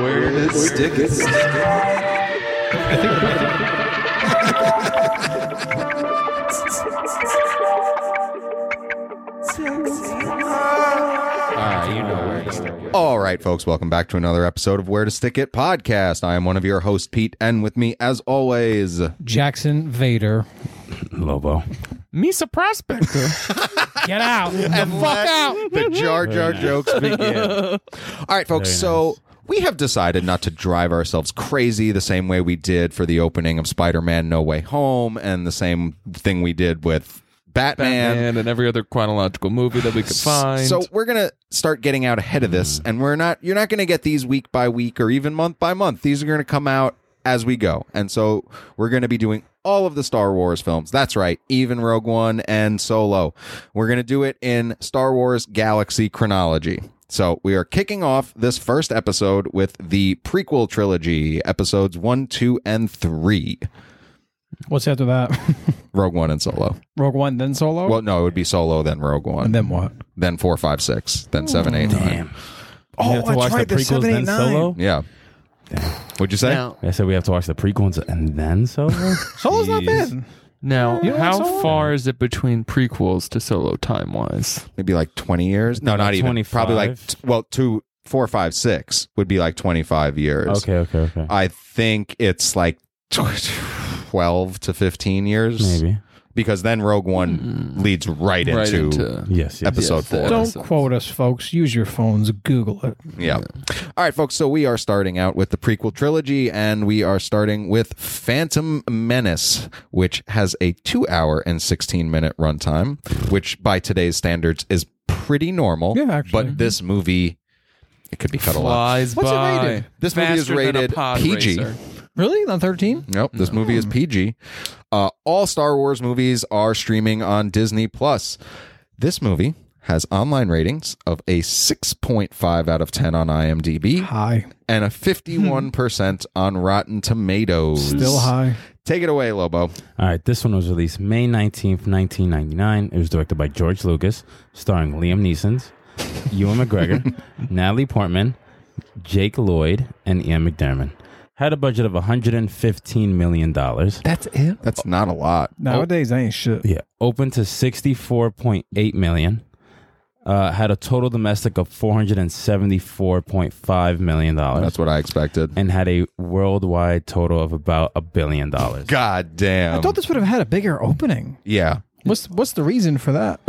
Where did stick it? All right, folks, welcome back to another episode of Where to Stick It podcast. I am one of your hosts, Pete, and with me, as always, Jackson Vader. Lobo. Misa Prospector. Get out. Get the fuck out. the Jar Jar jokes begin. All right, folks. So we have decided not to drive ourselves crazy the same way we did for the opening of Spider-Man: No Way Home, and the same thing we did with Batman. And in every other chronological movie that we could find. So we're gonna start getting out ahead of Hmm. this, and we're not. You're not gonna get these week by week or even month by month. These are gonna come out as we go, and so we're gonna be doing all of the Star Wars films. That's right, even Rogue One and Solo. We're gonna do it in Star Wars Galaxy chronology. So we are kicking off this first episode with the prequel trilogy, episodes one, two, and three. What's after that? Rogue One and Solo. Rogue One, then Solo? Well, no, it would be Solo, then Rogue One, and then what? then four, five, six, then seven, eight, nine. oh, have to watch the prequels, then Solo? Yeah. What'd you say? I said we have to watch the prequels and then Solo. Solo's not Jeez. bad. Now, You don't like how Solo? far is it between prequels to Solo time wise? Maybe like 20 years? No, not even. 25? Probably like, t- well, two, four, five, six would be like 25 years. okay, okay, okay. I think it's like tw- 12 to 15 years. Maybe. Because then Rogue One leads right into, Right into. Yes, yes. episode Yes. four. Don't so- quote us, folks. Use your phones. Google it. Yeah. All right, folks. So we are starting out with the prequel trilogy, and we are starting with Phantom Menace, which has a two hour and 16 minute runtime, which by today's standards is pretty normal. Yeah, actually. But this movie, it could be cut a lot. Mm-hmm. Flies What's it by. rated? This movie is Faster than a rated pod PG. racer. Mm-hmm. Really? On 13? Nope, this movie is PG. Uh, all Star Wars movies are streaming on Disney Plus. This movie has online ratings of a 6.5 out of 10 on IMDb. High. and a 51% on Rotten Tomatoes. Still high. Take it away, Lobo. All right, this one was released May 19th, 1999. It was directed by George Lucas, starring Liam Neeson, Ewan McGregor, Natalie Portman, Jake Lloyd, and Ian McDermott. Had a budget of $115 million. That's it? That's not a lot. Nowadays, that ain't shit. Yeah. Open to 64.8 million. Uh, had a total domestic of 474.5 million dollars That's what I expected. and had a worldwide total of about a billion dollars. God damn. I thought this would have had a bigger opening. yeah. What's what's the reason for that?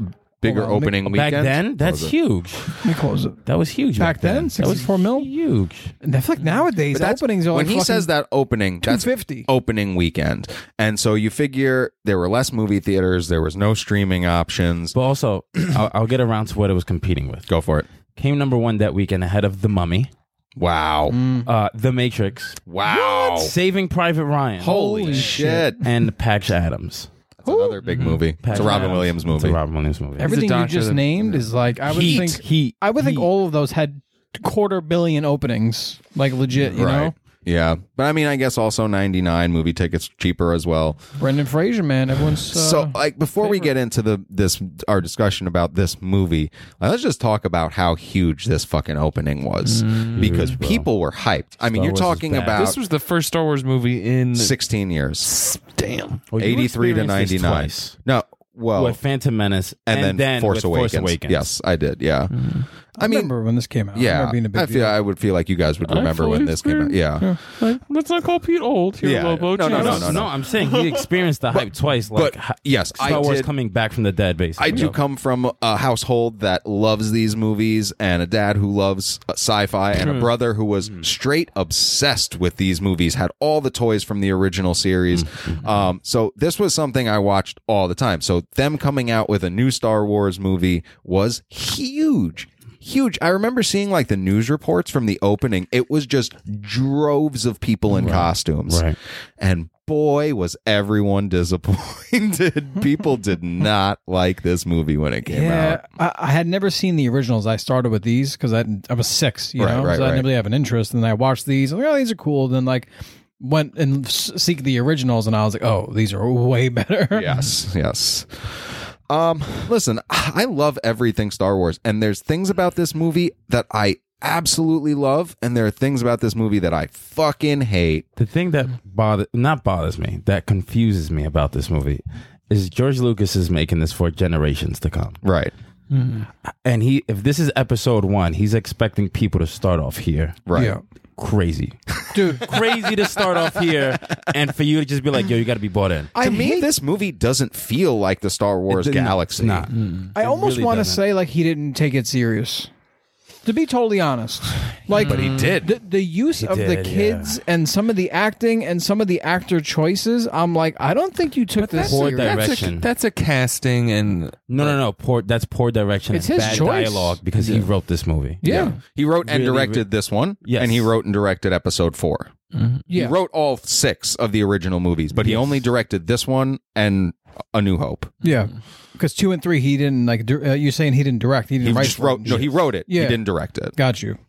Bigger Hold on, let me- opening Back weekend. then, that's huge. Let me close it. That was huge Back, then, That was 64 mil? huge. And I feel like nowadays, But that's, openings are like when he fucking- says that opening, that's 250. opening weekend. And so you figure there were less movie theaters, there was no streaming options. But also, I'll, I'll get around to what it was competing with. Go for it. Came number one that weekend ahead of The Mummy, Wow. Mm. uh, The Matrix, Wow. Saving Private Ryan, Holy, shit. and Patch Adams. That's another big movie. Patch it's a Robin Adams. Williams It's a movie. Robin Williams movie. Everything you doctor just that- named is like I would think Heat. I would think Heat. all of those had quarter billion openings, like legit. You know, Yeah. But I mean, I guess also 99 movie tickets cheaper as well. Brendan Fraser, man, everyone's uh, so like before we get into the this our discussion about this movie like, let's just talk about how huge this fucking opening was because people were hyped i mean Star you're Wars is talking bad. about This was the first Star Wars movie in 16 years damn. Well, Oh, you 83 to experienced 99 this twice. no well with Phantom Menace and, then, force, with awakens. Force Awakens. yes i did yeah i mean remember when this came out? I yeah remember being a big i feel deal. i would feel like you guys would remember when fully this came out agree. yeah, Like, let's not call Pete old here, Yeah. Lobo. No, no, No, Jesus. no, no, I'm saying he experienced the hype twice. Like but hi- yes Star i Wars did coming back from the dead, basically. I do come from a household that loves these movies and a dad who loves uh, sci-fi and a brother who was straight obsessed with these movies had all the toys from the original series um, so this was something I watched all the time so them coming out with a new Star Wars movie was huge huge I remember seeing like the news reports from the opening it was just droves of people in costumes Right. and boy, was everyone disappointed. People did not like this movie when it came out. yeah, I, I had never seen the originals. I started with these because I, I was six, you Right, know, right, so I right. didn't really have an interest. And then I watched these, and like, oh, these are cool. Then like went and s- seek the originals, and I was like, oh, these are way better. yes, yes. Um, listen, I love everything Star Wars, and there's things about this movie that I absolutely love, and there are things about this movie that I fucking hate. The thing Mm-hmm. that bother not bothers me, that confuses me about this movie is George Lucas is making this for generations to come. Right, And he if this is episode 1, he's expecting people to start off here. right. Yeah. Crazy. Dude, Crazy to start off here and for you to just be like, "Yo, you got to be bought in." To me, this movie doesn't feel like the Star Wars It's not- galaxy. it's not. I almost really want to doesn't. say like he didn't take it serious. To be totally honest, like but he did. The, the use of the did, yeah. kids and some of the acting and some of the actor choices, I'm like, I don't think you took this poor serious. direct- That's a, Direction. that's a casting and No, no, no. Poor that's poor direction. It's and his bad choice. dialogue because he wrote this movie. yeah, He wrote and Really, directed this one, Yes. and he wrote and directed episode four. yeah. He wrote all six of the original movies, but he only directed this one and A New Hope. Yeah, because two and three, he didn't like. dir- Uh, you're saying he didn't direct. He He didn't write. just for it wrote. and No, shit. he wrote it. He Yeah. didn't direct it. got you.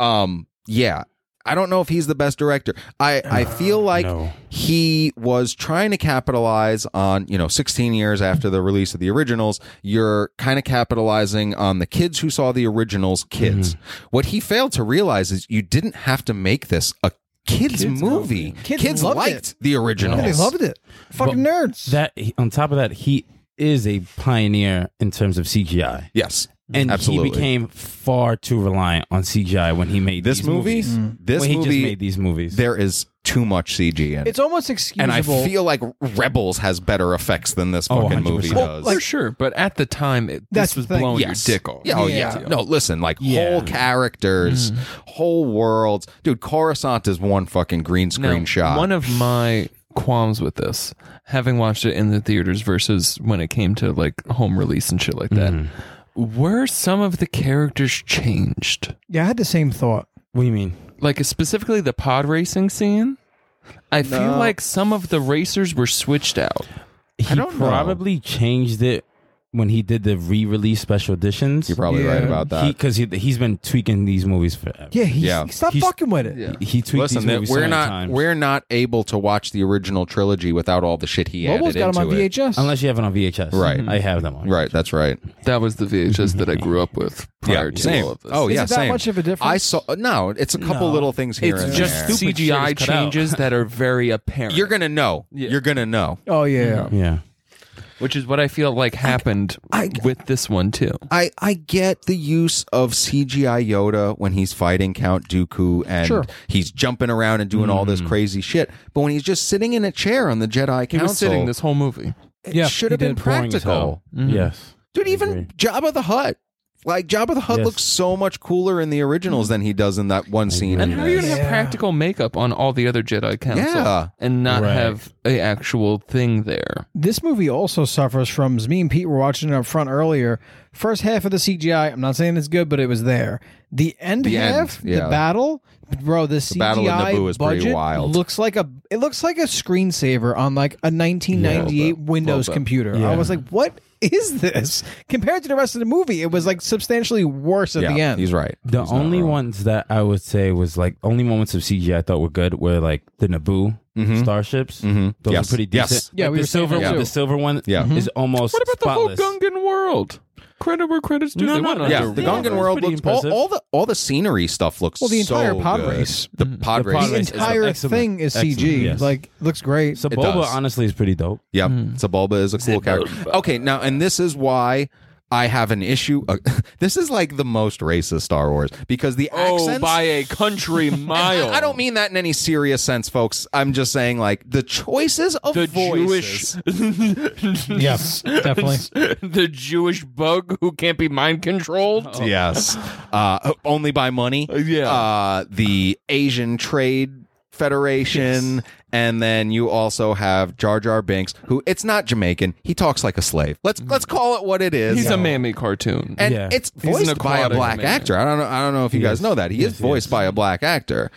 um yeah i don't know if he's the best director i i feel like Uh, no. he was trying to capitalize on you know 16 years after the release of the originals you're kind of capitalizing on the kids who saw the originals kids Mm-hmm. what he failed to realize is you didn't have to make this a kids, movie Kids kids, loved liked it. the originals They loved it. Fucking nerds. That on top of that, he is a pioneer in terms of CGI. yes and Absolutely. he became far too reliant on CGI when he made this these movie Mm. movies. Mm. this when he movie just made these movies. there is too much cg in it it's almost and excusable. i feel like rebels has better effects than this Oh, fucking movie 100%. does for sure. But at the time, it, That's this was the thing. blowing Yes. your dick off. Yeah, oh yeah. No, listen, like whole Mm. characters, whole worlds. Dude, Coruscant is one fucking green screen Now, shot. One of my qualms with this, having watched it in the theaters versus when it came to like home release and shit like that, were some of the characters changed? yeah, I had the same thought. what do you mean? Like specifically the pod racing scene? I feel like some of the racers were switched out. He don't know. probably changed it when he did the re-release special editions. You're probably right Yeah. about that. because he, he, has been tweaking these movies forever. Yeah, he, Yeah. he stopped He's- fucking with it. He- he tweaked listen, these that- movies so we're many not times. we're not able to watch the original trilogy without all the shit he Lobo's added got him into on it. VHS. unless you have it on VHS. Right. I have them on. Right, that's right. That was the VHS that I grew up with yeah, prior to same. all of this. Oh Is yeah, it that same. much of a difference? I saw no. It's a couple No. little things here. It's and just there. stupid shit CGI is cut out. changes that are very apparent. You're gonna know. You're gonna know. oh yeah. Yeah. which is what I feel like happened with this one too. I, I get the use of CGI Yoda when he's fighting Count Dooku and Sure. he's jumping around and doing all this crazy shit. But when he's just sitting in a chair on the Jedi He Council, was sitting this whole movie. it Yeah, should have he been did, boring as practical. hell. Yes. Dude, agree. even Jabba the Hutt. Like Jabba the Hutt Yes. looks so much cooler in the originals than he does in that one scene. And in how are you gonna this. have practical makeup on all the other Jedi Council Yeah. and not Right. have a actual thing there? This movie also suffers from. Me and Pete were watching it up front earlier. First half of the CGI. I'm not saying it's good, but it was there. The end The end, half, yeah. the battle, bro. The, CGI battle of Naboo is pretty budget wild. looks like a. It looks like a screensaver on like a 1998 Windows bit. computer. I Yeah. was like, what is this compared to the rest of the movie? It was like substantially worse at Yeah, the end. he's right. The He's not only wrong. ones that I would say was like only moments of CGI I thought were good were like the Naboo starships. Mhm. Those Yes. are pretty Yes. decent. Yeah, Like we the were saying silver that one, too. the silver one Yeah. is almost Mm-hmm. What about the spotless. whole Gungan world? Credit where credit's due. No, they no, went no. on Yeah, their the Yeah, run. that Gongan was world pretty looks all, impressive. all the all the scenery stuff looks Well, the entire so pod good. race. the pod The race, pod the race is entire excellent. thing is Excellent, CG. yes. Like looks great. So does. Boba honestly is pretty dope. Yep. Sebulba is a cool character. Okay, now and this is why I have an issue. uh, this is like the most racist Star Wars because the Oh, accents. by a country mile. I, I don't mean that in any serious sense, folks. I'm just saying like the choices of the voices. Jewish. yes, definitely. the Jewish bug who can't be mind controlled. Oh. Yes, uh, only by money. yeah. uh, the Asian Trade Federation, and then you also have Jar Jar Binks, who it's not Jamaican. He talks like a slave. Let's let's call it what it is. He's a mammy cartoon. and Yeah. it's an voiced by a aquatic black man. actor. I don't know. I don't know if you guys know that he is voiced by a black actor.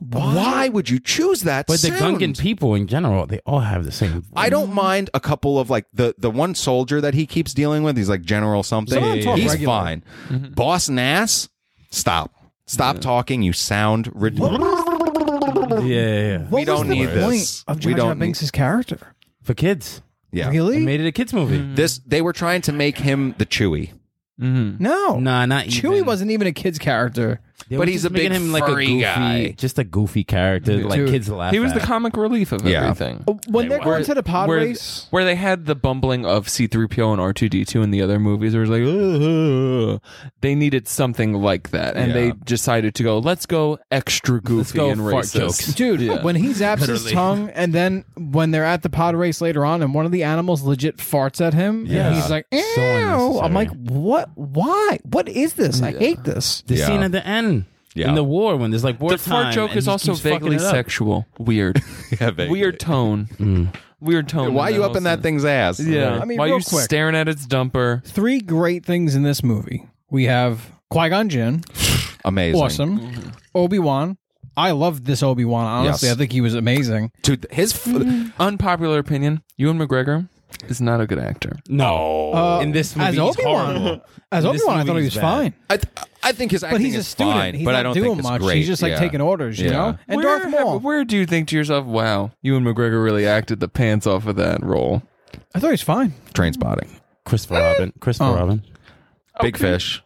Why? would you choose that? But sound? the Gungan people in general, they all have the same. I don't mind a couple of like the the one soldier that he keeps dealing with. He's like General something. Some of them talk he's regular. fine. Mm-hmm. Boss Nass, stop, stop talking. You sound ridiculous. Yeah, yeah, yeah. What We don't was the need point this. of We Jar Jar don't need- Binks' character? For kids. Yeah. They Really? made it a kids movie. Mm. This they were trying to make him the Chewy, Mm-hmm. no. Nah, not Chewie even. wasn't even a kid's character. They But were he's just a big making him like a furry goofy, guy. just a goofy character. that, Like Dude, kids laugh. He was at. the comic relief of Yeah. everything. When they're going to the pod where, race, where they had the bumbling of C3PO and R2D2 in the other movies, it was like, "Ugh." they needed something like that. And Yeah. they decided to go, let's go extra goofy go and fart racist. jokes. dude, when he zaps his tongue, and then when they're at the pod race later on, and one of the animals legit farts at him, Yeah. and he's like, So "Ew!" I'm unnecessary. like, "What? Why? What is this? I hate this." The Yeah. scene at the end Yeah. in the war when there's like war The fart joke is also vaguely sexual. sexual. Weird. Yeah, vaguely. Weird tone. Weird tone. Why in you up whole in that scene. thing's ass? Yeah. I mean, Why real you quick. staring at its dumper? Three great things in this movie. We have Qui Gon Jinn, Amazing. Mm-hmm. awesome. Obi Wan, I loved this Obi Wan. Honestly, Yes. I think he was amazing. Dude, his f- Unpopular opinion. Ewan McGregor is not a good actor. No, Uh, in this movie, as he's Obi-Wan. horrible. As In Obi this Wan, I movie, thought he was he's bad. fine, I, th- I think his acting but he's a is student. fine, he's but not I don't doing think it's much. great. He's just like Yeah. taking orders, you Yeah. know. And where, Darth Maul, Where do you think to yourself, wow, Ewan McGregor really acted the pants off of that role? I thought he was fine. train spotting. Christopher Robin. Christopher Oh. Robin. Big fish.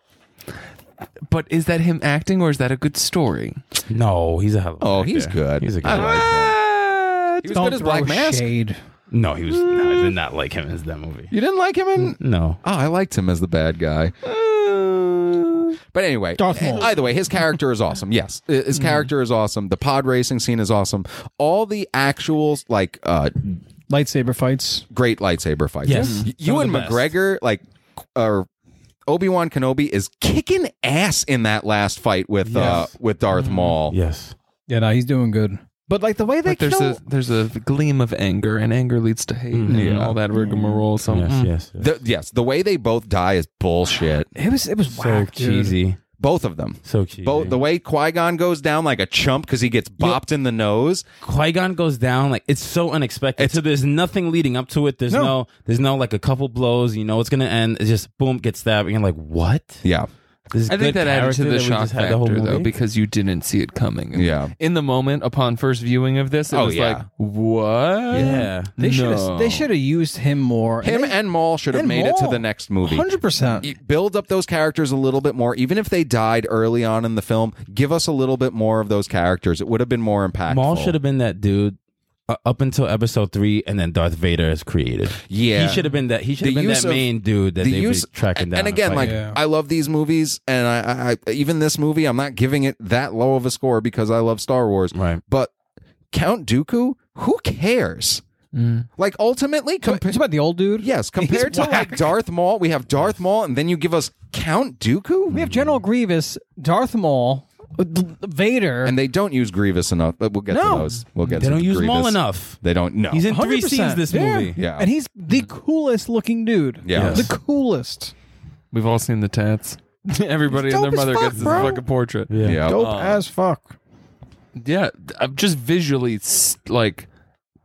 But is that him acting or is that a good story? No, he's a hell. Of a Oh, actor. he's good. He's a good. Ah. I actor. He was Don't good as Black throw Mask. Shade. No, he was. No, I did not like him as that movie. You didn't like him in Mm. No, Oh, I liked him as the bad guy. But anyway, Uh, Darth Maul. Mm-hmm. either way, his character is awesome. Yes, his character is awesome. The pod racing scene is awesome. All the actual like uh, Lightsaber fights. great lightsaber fights. Yes. Mm-hmm. Mhm. Y- Some you of and the best. McGregor like or Obi Wan Kenobi is kicking ass in that last fight with uh, Yes. with Darth Maul. Oh. yes. Mm-hmm. Yeah, no, he's doing good. But like the way they But there's kill, a there's a gleam of anger, and anger leads to hate and Yeah. all that rigmarole. So mm. Mm-hmm. Yes, yes, yes. The- yes, the way they both die is bullshit. it was it was So whack, dude. cheesy. Both of them. So cheesy. Both the way Qui Gon goes down like a chump because he gets bopped in the nose. Qui Gon goes down like it's so unexpected. so there's nothing leading up to it. There's No. no. there's no like a couple blows. You know it's gonna end. It's just boom, get stabbed. And you're like, what? Yeah, This is I think good that added to character the that we shock just had the whole factor, though, movie? because you didn't see it coming. And Yeah. In the moment, upon first viewing of this, it Oh, was yeah. like, what? Yeah. They should No. have they should have used him more. him and Maul should have and made it to Maul. the next movie. hundred percent. You build up those characters a little bit more even if they died early on in the film give us a little bit more of those characters it would have been more impactful Maul should have been that dude uh, up until episode three, and then Darth Vader is created. yeah He should have been that. He should The have been use that of- main dude that the they were use tracking and- down. and again like fighting. Yeah. i love these movies and I, I i even this movie i'm not giving it that low of a score because i love star wars right. but count dooku who cares Mm. like ultimately It's compared about the old dude. yes compared to like darth maul we have darth maul and then you give us count dooku We have General Grievous, Darth Maul, Vader. and they don't use grievous enough but we'll get No. to those we'll get They to don't use grievous. Maul enough. they don't know He's in three 100%. scenes this Yeah. movie. Yeah. And he's the coolest looking dude. Yeah. Yes. The coolest. We've all seen the tats. Everybody Dope and their as mother fuck, gets this bro. fucking portrait. Yeah. yeah. Dope as fuck. Yeah, I'm just visually s- like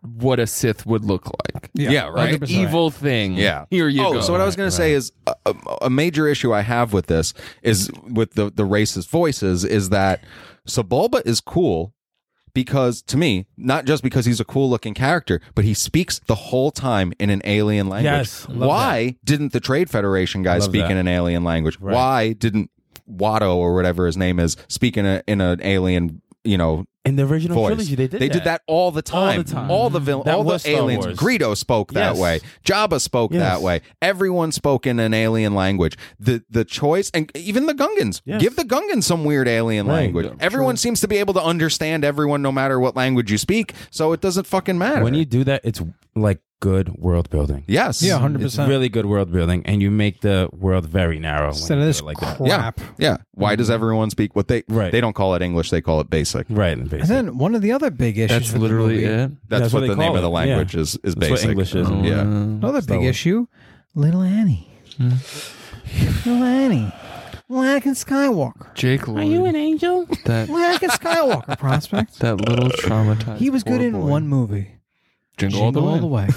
what a Sith would look like. Yeah, right. 100%. Evil thing. Yeah. Here you oh, go. so what I was going to say is a, a, a major issue I have with this is with the the racist voices is that Sebulba is cool because to me, not just because he's a cool looking character, but he speaks the whole time in an alien language. Yes, love Why didn't the Trade Federation guy Love speak that. in an alien language? Why didn't Watto or whatever his name is speak in a in an alien you know In the original voice. trilogy, they did that. all the All time. the time. All the vil- Mm-hmm. That all was the Star aliens. Wars. Greedo spoke that Yes. way. Jabba spoke Yes. that way. Everyone spoke in an alien language. The the choice and even the Gungans. Yes. Give the Gungans some weird alien Right. language. everyone seems to be able to understand everyone no matter what language you speak, so it doesn't fucking matter. When you do that, it's like good world building. yes. Yeah, 100%. It's really good world building, and you make the world very narrow. when Instead you of do this it like that. Yeah. crap. Yeah. Why does everyone speak what they Mm-hmm. Right. they don't call it English, they call it basic. Right. Basically. And then one of the other big issues. That's with the literally movie- it. That's, That's what, what the they name call of the it. language Yeah. is is That's what basic. English is. Oh, Mm-hmm. Yeah. Another big issue, Little Annie. Little Annie. Black and Skywalker. Jake Lloyd. Are you an angel? That Black and Skywalker prospect. that little traumatized. He was good poor in boy. one movie. Jingle, Jingle all the way.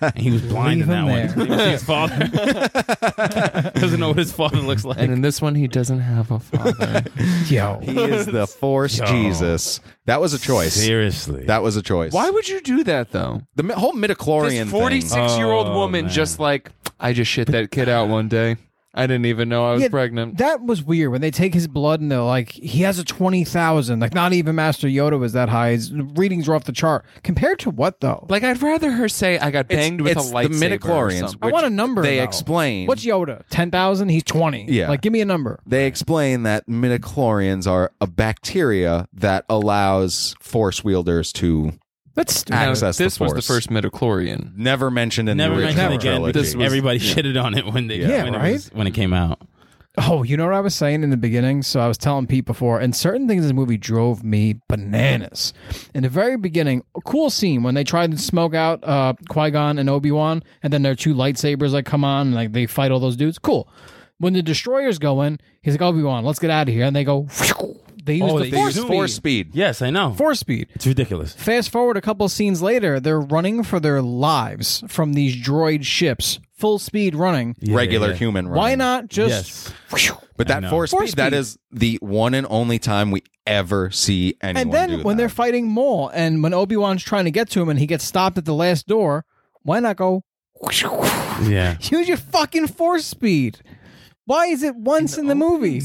And he was blind Leave in that him one. there. He was his father. Doesn't know what his father looks like. And in this one, he doesn't have a father. Yo. He is the force Jesus. That was a choice. Seriously. That was a choice. Why would you do that though? the mi- whole midichlorian This 46 year old Oh, woman man. just like, I just shit that kid out one day. I didn't even know I was Yeah, pregnant. That was weird when they take his blood and they're like, he has a 20,000. Like, not even Master Yoda was that high. His readings are off the chart. Compared to what, though? Like, I'd rather her say I got thing. banged with it's a lightsaber. The or midichlorians. something. I which want a number, They though. explain. What's Yoda? 10,000? He's 20. Yeah. Like, give me a number. they explain that midichlorians are a bacteria that allows force wielders to That's stupid. Access Now, the this was the Force. first midichlorian. never mentioned in Never the original mentioned again. trilogy. because This was- everybody shitted on it when they Yeah, when, right? it was, when it came out. Oh, you know what I was saying in the beginning? So I was telling Pete before, and certain things in the movie drove me bananas. In the very beginning, a cool scene when they tried to smoke out uh, Qui Gon and Obi Wan, and then their two lightsabers like come on and like they fight all those dudes. Cool. When the destroyers go in, he's like Obi Wan, let's get out of here, and they go. phew. They use Oh, the they force, Force speed. speed. Yes, I know. force speed. It's ridiculous. Fast forward a couple scenes later, they're running for their lives from these droid ships, full speed running. Regular yeah. human. Why running. not just? Yes. phew, But I that know. force, Force speed, that speed. is the one and only time we ever see anyone. And then do when that. they're fighting Maul, and when Obi Wan's trying to get to him, and he gets stopped at the last door, why not go? Yeah. Use your fucking force speed. Why is it once in the, movie?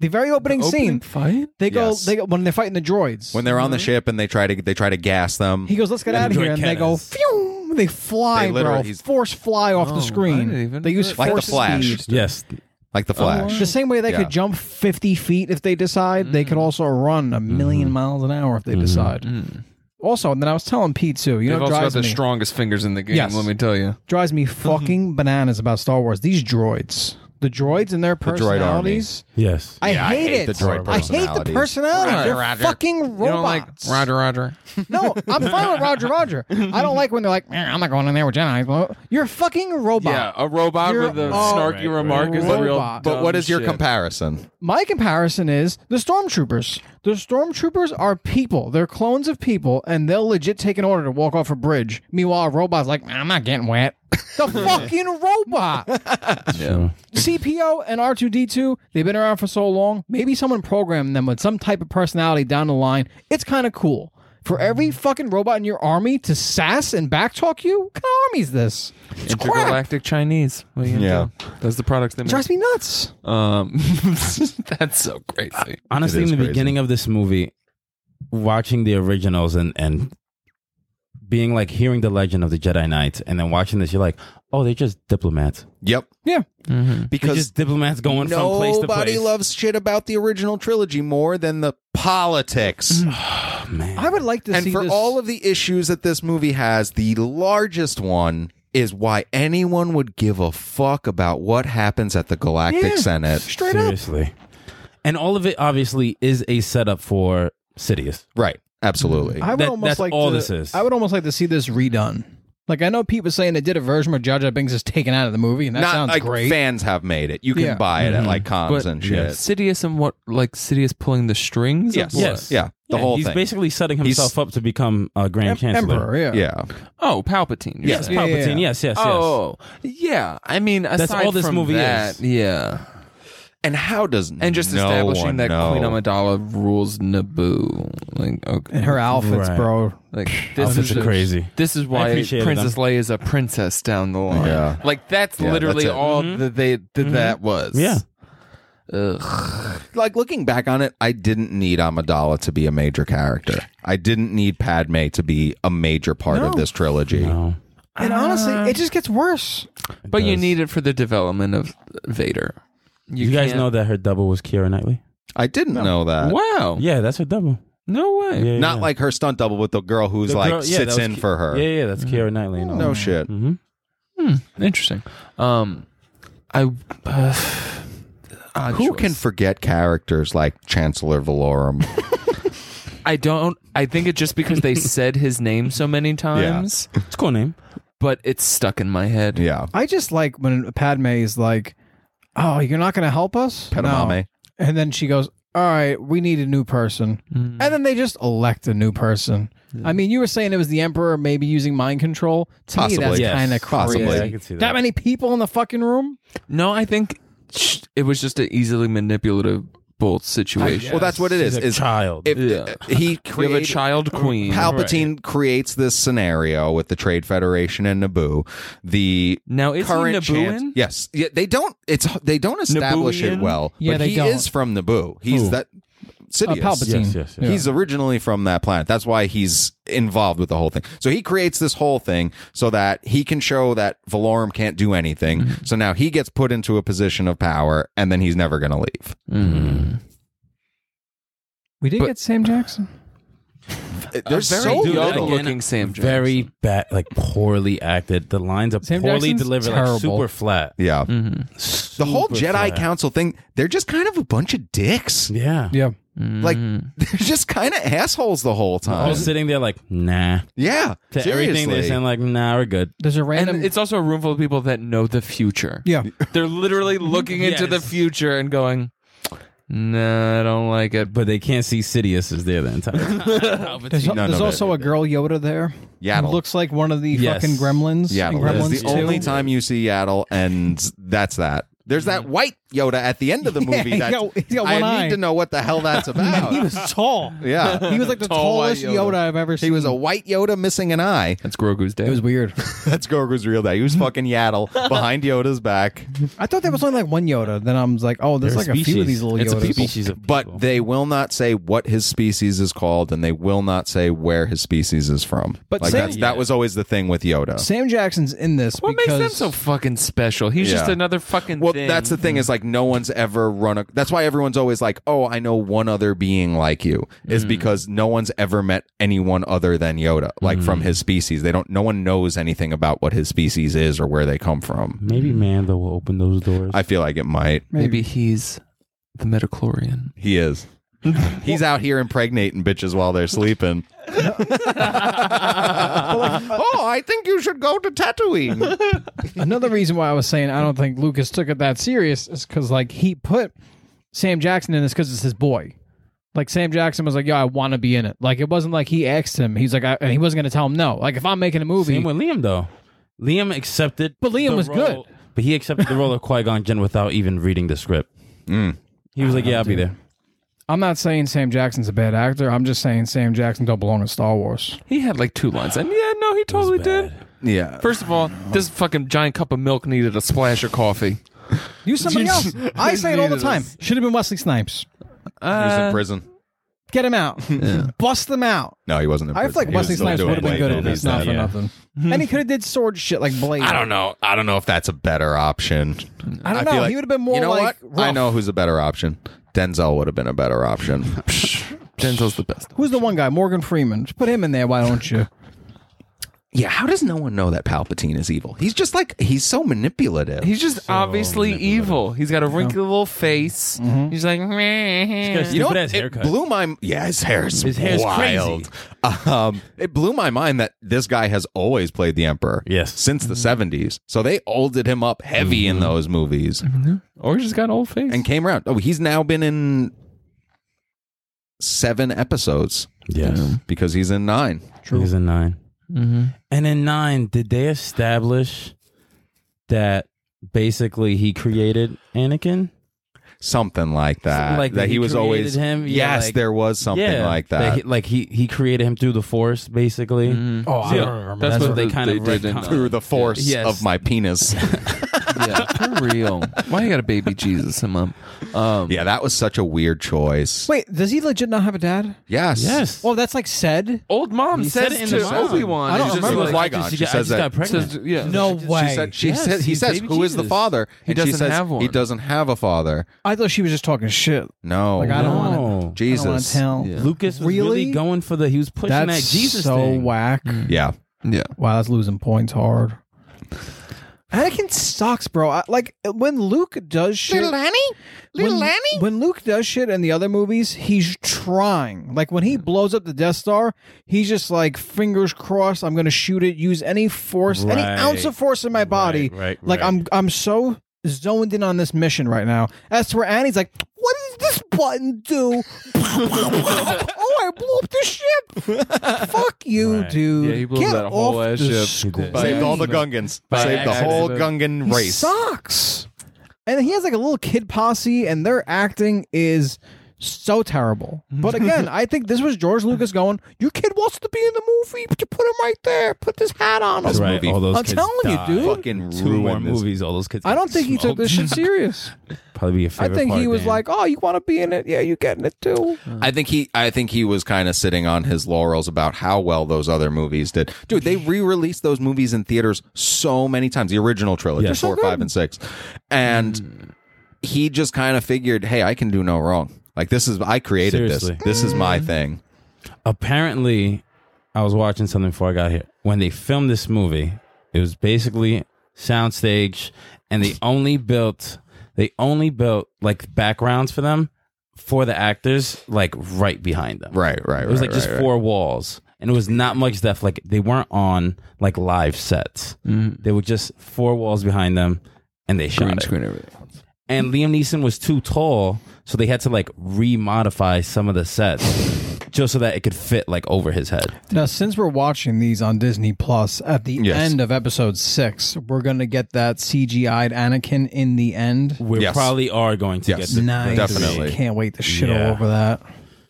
The very opening scene, fight? they go, Yes. they go when they're fighting the droids. when they're on the ship and they try to they try to gas them. he goes, let's get And out of the here, droid and they go, cannons. phew, they fly, They bro, literally- he's- force fly off Oh, I the didn't even screen. They know use that. Like the force Flash. speed. Oh, Yes. like the Flash. The same way they Yeah. could jump 50 feet if they decide, they could also run a 1000000 miles an hour if they decide. Also, and then I was telling Pete too, you They've know, it also got drives the me, strongest fingers in the game, Yes. let me tell you. drives me fucking bananas about Star Wars. These droids, the droids and their droid army. personalities. Yes. I, Yeah, I hate hate it. the droid I hate the personalities. personalities. They're Roger. fucking You don't like robots. Roger Roger? No, I'm fine with Roger Roger. I don't like when they're like, "Man, I'm not going in there with Jedi. You're a fucking robot. Yeah, a robot You're with a a snarky Right, right. remark is a real. Robot. dumb But what is your shit. comparison? my comparison is the stormtroopers. The stormtroopers are people. They're clones of people, and they'll legit take an order to walk off a bridge. Meanwhile, a robot's like, "Man, I'm not getting wet. The fucking robot. Sure. CPO and R2D2, they've been around for so long. Maybe someone programmed them with some type of personality down the line. It's kind of cool. For every fucking robot in your army to sass and backtalk you, what kind of army is this? It's crap. Intergalactic Chinese. What are you gonna Yeah. do? That's the products they It make. drives me nuts. Um, that's so crazy. Honestly, It in is the crazy. beginning of this movie, watching the originals and and being like hearing the legend of the Jedi Knights, and then watching this, you're like, oh, they're just diplomats. Yep. Yeah. Mm-hmm. They're Because just diplomats going from place to place. nobody loves shit about the original trilogy more than the politics. Mm-hmm. Oh, man. I would like to and see for this- all of the issues that this movie has, the largest one is why anyone would give a fuck about what happens at the Galactic Yeah. Senate. straight up. Seriously. And all of it obviously is a setup for Sidious. Right. Absolutely. Mm-hmm. I would That- almost that's like all to, this is. I would almost like to see this redone. Like I know Pete was saying they did a version where Jar Jar Binks is taken out of the movie, and that Not sounds like great. fans have made it. You can Yeah. Mm-hmm. buy it at like cons But- and shit. Sidious and what, like Sidious pulling the strings? Yes. Of what? Yes. Yeah. The Yeah, whole he's thing. basically setting himself He's- up to become a Grand Em- Chancellor. Emperor, yeah. yeah. Oh, Palpatine. you're Yes, saying. Yeah, yeah, Palpatine. yeah. Yes, yes, yes. Oh, yeah. I mean, aside all this from movie that, is. Yeah, And how does and just no one establishing that know? Queen Amidala rules Naboo. Like, okay, And her outfits, Right. bro. Like, this Outfits is are a- crazy. This is why appreciate it, Princess though. Leia is a princess down the line. Yeah. Like that's Yeah, literally that's it. all Mm-hmm. that they that, that was. Yeah. Ugh. like looking back on it, I didn't need Amidala to be a major character. I didn't need Padme to be a major part of this trilogy. No. And Ah. honestly, it just gets worse. But you Oh, does. need it for the development of Vader. You, guys can't- know that her double was Kira Knightley? I didn't know that. Wow. Yeah, that's her double. No way. Yeah, Not yeah. like her stunt double with the girl who's The like girl- yeah, sits that was in Ki- for her. Yeah, yeah, Mm-hmm. that's Kira Knightley. and all No that. shit. Interesting. Um, I. Uh, odd Who choice. can forget characters like Chancellor Valorum? I don't. I think it's just because they said his name so many times, It's a cool name. but it's stuck in my head. yeah. I just like when Padme is like, "Oh, you're not going to help us?" Padmame. No. And then she goes, "All right, we need a new person." And then they just elect a new person. I mean, you were saying it was the emperor maybe using mind control. To me, that's Possibly. kind of Yes. Possibly. crazy. Yeah, I can see that. that many people in the fucking room. No, I think it was just an easily manipulative bolt situation. Well, that's what it is. He's a is child. If uh, he you have a created, child queen. Palpatine creates this scenario with the Trade Federation and Naboo. The Now, is he current Nabooan? chance- yes, yeah, they don't. It's they don't establish Nabooian? it well. Yeah, but they he don't. is from Naboo. He's Who? that Uh, Sidious. Palpatine. Yes, yes, yes. He's originally from that planet. That's why he's involved with the whole thing. So he creates this whole thing so that he can show that Valorum can't do anything. So now he gets put into a position of power, and then he's never going to leave. Mm. We did But- get Sam Jackson. They're so dude, little. again, looking Sam Jackson. Very bad, like poorly acted. The lines are Sam poorly Jackson's delivered, terrible. like super flat. Yeah. Mhm. The whole Super Jedi flat. Council thing, they're just kind of a bunch of dicks. Yeah. Yeah. Like, Mhm. they're just kind of assholes the whole time. All sitting there like, nah. yeah. To everything they're seriously. saying, like, nah, we're good. There's a and random. it's also a room full of people that know the future. yeah. They're literally looking into the Yes. future and going, "Nah, I don't like it." But they can't see Sidious is there the entire time. There's, no, there's no, also no, a girl Yoda there. Yaddle. Who looks like one of the Yes. fucking gremlins. in Yaddle. Gremlins That's the 2. only time you see Yaddle, and that's that. There's that white Yoda at the end of the movie. he's that got- he's got I one eye. need to know what the hell that's about. He was tall. yeah, He was like the Tall white tallest Yoda. Yoda. I've ever seen. he was a white Yoda missing an eye. That's Grogu's day. It was weird. That's Grogu's real day. He was fucking Yaddle behind Yoda's back, I thought there was only like one Yoda. Then I was like, oh, there's like a few of these little it's Yodas. a species of people. but they will not say what his species is called, and they will not say where his species is from. But like Sam- that's, that was always the thing with Yoda. Sam Jackson's in this. what makes because them so fucking special? He's just Yeah. another fucking. Well, thing. that's the thing is like no one's ever run. A, that's why everyone's always like, "Oh, I know one other being like you," is Hmm. because no one's ever met anyone other than Yoda, like from Hmm. his species. They don't. No one knows anything about what his species is or where they come from. Maybe Mando will open those doors. I feel like it might. Maybe he's the Metachlorian. He is. He's out here impregnating bitches while they're sleeping. oh, I think you should go to Tatooine. Another reason why I was saying I don't think Lucas took it that serious is because like he put Sam Jackson in this because it's his boy. Like Sam Jackson was like, "Yo, I want to be in it." Like it wasn't like he asked him. He's like, I, and he wasn't going to tell him no. Like if I'm making a movie, Same with Liam though. Liam accepted, But Liam the was role- But he accepted the role of Qui Gon Jinn without even reading the script. Mm. He was like, "Yeah, I'll be there." I'm not saying Sam Jackson's a bad actor. I'm just saying Sam Jackson don't belong in Star Wars. He had like two lines, and yeah, no, he totally did. Yeah. First of all, this fucking giant cup of milk needed a splash of coffee. Use somebody else. I say it all the Jesus. time. Should have been Wesley Snipes. He's Uh, in prison. Get him out. Bust them out. No, he wasn't in I prison. feel like He was Wesley still Snipes doing would have been Blade good at movies this, not then. for yeah. nothing. And he could have did sword shit like Blade. I don't know. I don't know if that's a better option. I don't know. feel like- he would have been more you know like. what? I rough. know who's a better option. Denzel would have been a better option. Denzel's the best. Who's the one guy? Morgan Freeman. Just put him in there. Why don't you? yeah, how does no one know that Palpatine is evil? He's just like he's so manipulative. He's just obviously evil. He's got a wrinkly little face. Mm-hmm. He's like, meh. you know, Stupid what? ass it haircut. blew my yeah. His hair's His hair's wild. Um, it blew my mind that this guy has always played the Emperor. Yes. since the seventies. So they olded him up heavy in those movies or he's just got an old face. and came around. Oh, he's now been in seven episodes Yes, because he's in nine. true. He's in 9 And in nine, did they establish that basically he created Anakin? something like that. Something like that, that he, he was created always him? Yeah, Yes, like- there was something like that. he, like he he created him through the Force, basically. Oh, I Yeah. don't remember. that. That's That's what what they they- kind they of did in retconned. through the force Yes. of my penis. yeah, for real. Why you got a baby Jesus him up? Um, yeah, that was such a weird choice. Wait, does he legit not have a dad? Yes. Yes. Well, Oh, that's like said. Old mom He said says it in the to song. Obi Wan. I don't remember She was like, like, "God," I she just, got- I says just got that- pregnant. says, yeah. No way. She said, she Yes, said he he's says baby who is the Jesus. father? He and she doesn't says have one. he doesn't have a father. I thought she was just talking shit. No. Like I don't want to. No. Jesus. I don't want to tell. Lucas was really? Really? going for the he was pushing That's that Jesus so thing. whack. yeah. yeah. Wow, that's losing points hard. Anakin sucks, bro. I, like when Luke does shit, Annie? when, When Luke does shit in the other movies, he's trying. Like when he blows up the Death Star, he's just like fingers crossed. I'm gonna shoot it. Use any force, any Right. ounce of force in my body. right, Like right. I'm, I'm so zoned in on this mission right now. As to where Annie's like, what is this button do? oh, I blew up the ship. Fuck you, Right. dude. Yeah, he blew up Get that whole off ass the ship. school. He did. Saved all the accident. Gungans. By Saved the whole accident. Gungan He race. sucks. And he has like a little kid posse, and their acting is so terrible. Mm-hmm. But again, I think this was George Lucas going, "Your kid wants to be in the movie, but you put him right there. Put this hat on him." Right. movie. All those I'm kids telling you, died. dude. Fucking Two more ruined this. movies. All those kids. I don't think he took smoked. this shit serious. Probably your I favorite think he part, was Dan. like, "Oh, you want to be in it? Yeah, you're getting it too." I think he I think he was kind of sitting on his laurels about how well those other movies did. Dude, they re-released those movies in theaters so many times, the original trilogy, Yeah. They're so four, good. five, and six. And he just kind of figured, hey, I can do no wrong. Like this is I created Seriously. this. This is my Mm. thing. apparently I was watching something before I got here. When they filmed this movie, it was basically soundstage and they only built they only built like backgrounds for them for the actors like right behind them. Right, right, right. It was like right, just right. four walls. And it was not much depth. Like they weren't on like live sets. Mm. They were just four walls behind them and they shot Green it screen everything. and Liam Neeson was too tall, so they had to like remodify some of the sets just so that it could fit like over his head. Now, since we're watching these on Disney Plus, at the Yes. end of episode six, we're gonna get that CGI'd Anakin in the end. We Yes. probably are going to Yes. get the- Nice, Definitely. Can't wait to shit Yeah. all over that.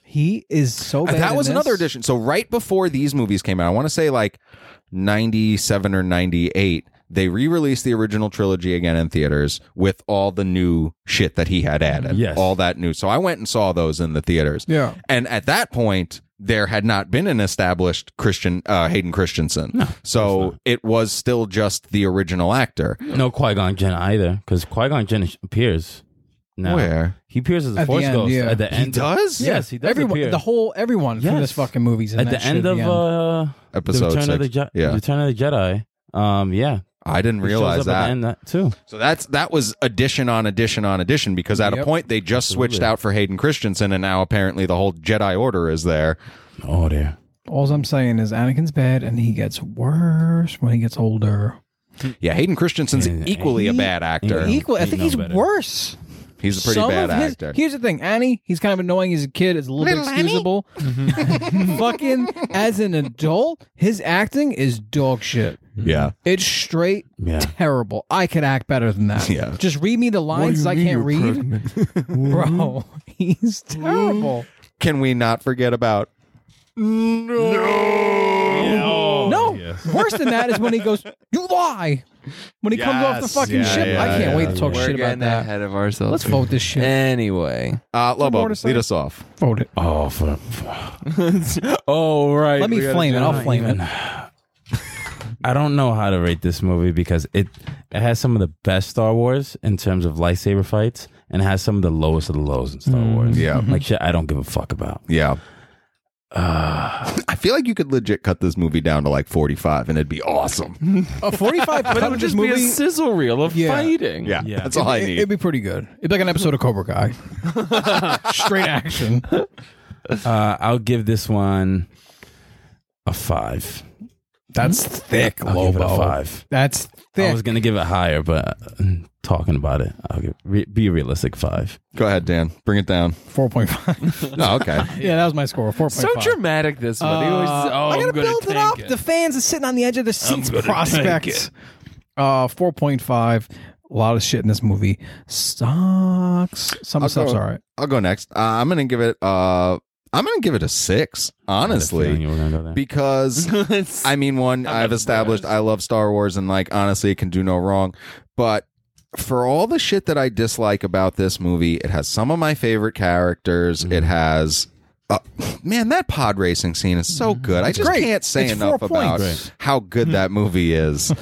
He is so. Bad that in was this. another edition. So right before these movies came out, I want to say like ninety seven or ninety eight, they re-released the original trilogy again in theaters with all the new shit that he had added. Yes. all that new. So I went and saw those in the theaters. Yeah. and at that point. There had not been an established Christian uh, Hayden Christensen, so it was still just the original actor. no Qui Gon Jinn either, because Qui Gon Jinn appears. Now. Where he appears as a At the Force end, ghost yeah. at the he end. does? Yes, he does appear Everyone, the whole everyone from Yes. this fucking movie's in at that the end shit of uh, Episode the Return of the six. Je- Yeah. Return of the Jedi. Um, yeah, I didn't He shows realize up at that. the end that too. So that's that was addition on addition on addition because at a Yep. point they just switched Absolutely. out for Hayden Christensen and now apparently the whole Jedi Order is there. Oh dear. All I'm saying is Anakin's bad, and he gets worse when he gets older. Yeah, Hayden Christensen's Yeah, equally a he- bad actor. Equal, I He'd think know he's better. worse. He's a pretty Some bad of his- actor. Here's the thing, Annie. He's kind of annoying as a kid. It's a little, Little bit Annie? Mm-hmm. excusable. Fucking as an adult, his acting is dog shit. Mm-hmm. yeah. It's straight Yeah. terrible. I could act better than that. Yeah. Just read me the lines I can't read, bro. He's terrible. Can we not forget about Oh, No, worse than that is when he goes, "You lie." When he comes off the Yes. fucking Yeah, ship, yeah, I can't yeah. wait to talk We're shit getting about that. ahead of ourselves. Let's vote this shit. Anyway. uh Lobo, more to say? lead us off. Vote it. Oh, for, for oh right. Let me we gotta flame it. do I'll flame it. I don't know how to rate this movie because it it has some of the best Star Wars in terms of lightsaber fights, and it has some of the lowest of the lows in Star Wars. yeah. like shit, I don't give a fuck about. Yeah. Uh, I feel like you could legit cut this movie down to like 45 and it'd be awesome. A 45 But cut it of would this just be a movie, sizzle reel of Yeah. fighting. Yeah. Yeah. That's all I it'd need. be pretty good. It'd be like an episode of Cobra Kai. Straight action. Uh, I'll give this one a five. That's thick, I'll give it a five. That's I thick. was gonna give it higher, but uh, talking about it, I'll give, re, be a realistic five. Go ahead, Dan. Bring it down. 4.5. Oh, okay. yeah, that was my score. 4.5. So dramatic this Uh, one. He always says, oh, I gotta am gonna build it tank up. It. The fans are sitting on the edge of their seats. Prospects. Uh, 4.5. A lot of shit in this movie. Sucks. Some I'll stuff's go- all right. I'll go next. Uh, I'm going to give it uh I'm going to give it a 6, I had a honestly, feeling you were gonna go there. because It's- I mean, one, I've established I love Star Wars and, like, honestly, it can do no wrong. But for all the shit that I dislike about this movie, it has some of my favorite characters. Mm-hmm. It has. Uh, man, that pod racing scene is so good. I just great. can't say Mm-hmm. It's enough four about points. Mm-hmm. how good that movie is,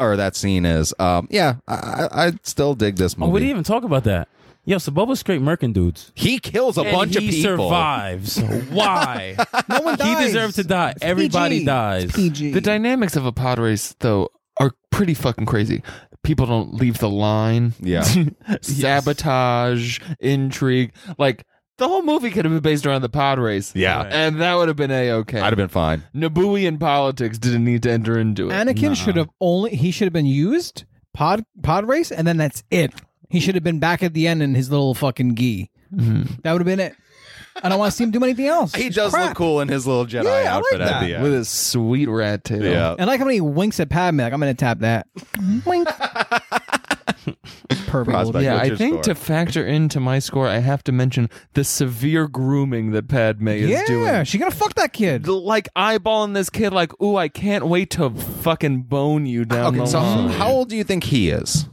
or that scene is. Um, yeah, I, I- I still dig this oh, we didn't movie. even talk about that. Yo, so Boba Straight Merkin dudes. he kills a bunch of he people. survives. Why? no one He dies. deserves to die. Everybody PG. dies. It's PG. The dynamics of a pod race, though, are pretty fucking crazy. People don't leave the line. Yeah. Sabotage, intrigue. Like, the whole movie could have been based around the pod race. Yeah, And that would have been a okay. I'd have been fine. Nabooian politics didn't need to enter into it. Anakin should have only he should have been used pod pod race, and then that's it. He should have been back at the end in his little fucking gi. That would have been it. I don't want to see him do anything else. He It's does crap. look cool in his little Jedi I outfit like at that. the with end. his sweet rat tail. Yeah. And I like how many winks at Padme. Like I'm gonna tap that. Wink. Perfect. Prospect. Yeah. Yeah, What's I your think score? to factor into my score, I have to mention the severe grooming that Padme is Yeah, doing. she gonna fuck that kid. Like eyeballing this kid, like, ooh, I can't wait to fucking bone you down Okay, the so line. how old do you think he is?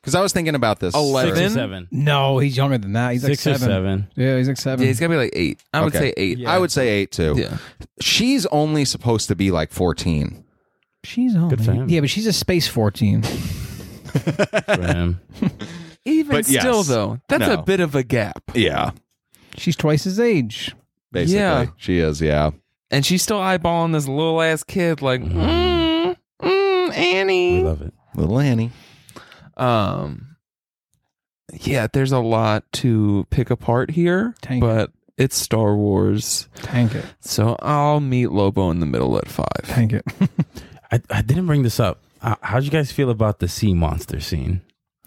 Because I was thinking about this. Eleven. Six or Then- seven. No, he's younger than that. He's Six like or seven. seven. Yeah, he's like seven. Yeah, he's gotta be like eight. I would Okay. say eight. I would say eight too. Yeah. She's only supposed to be like fourteen. she's only. for him. Yeah, but she's a space fourteen. for him. Even But yes. still, though, that's No. a bit of a gap. Yeah, She's twice his age. basically, Yeah. she is. Yeah, And she's still eyeballing this little ass kid, like, mm, mm, We Annie. love it. little Annie. Um, yeah, there's a lot to pick apart here, Tank. but it's Star Wars. Tank it. So I'll meet Lobo in the middle at five. Tank it. I, I didn't bring this up. Uh, how'd you guys feel about the sea monster scene?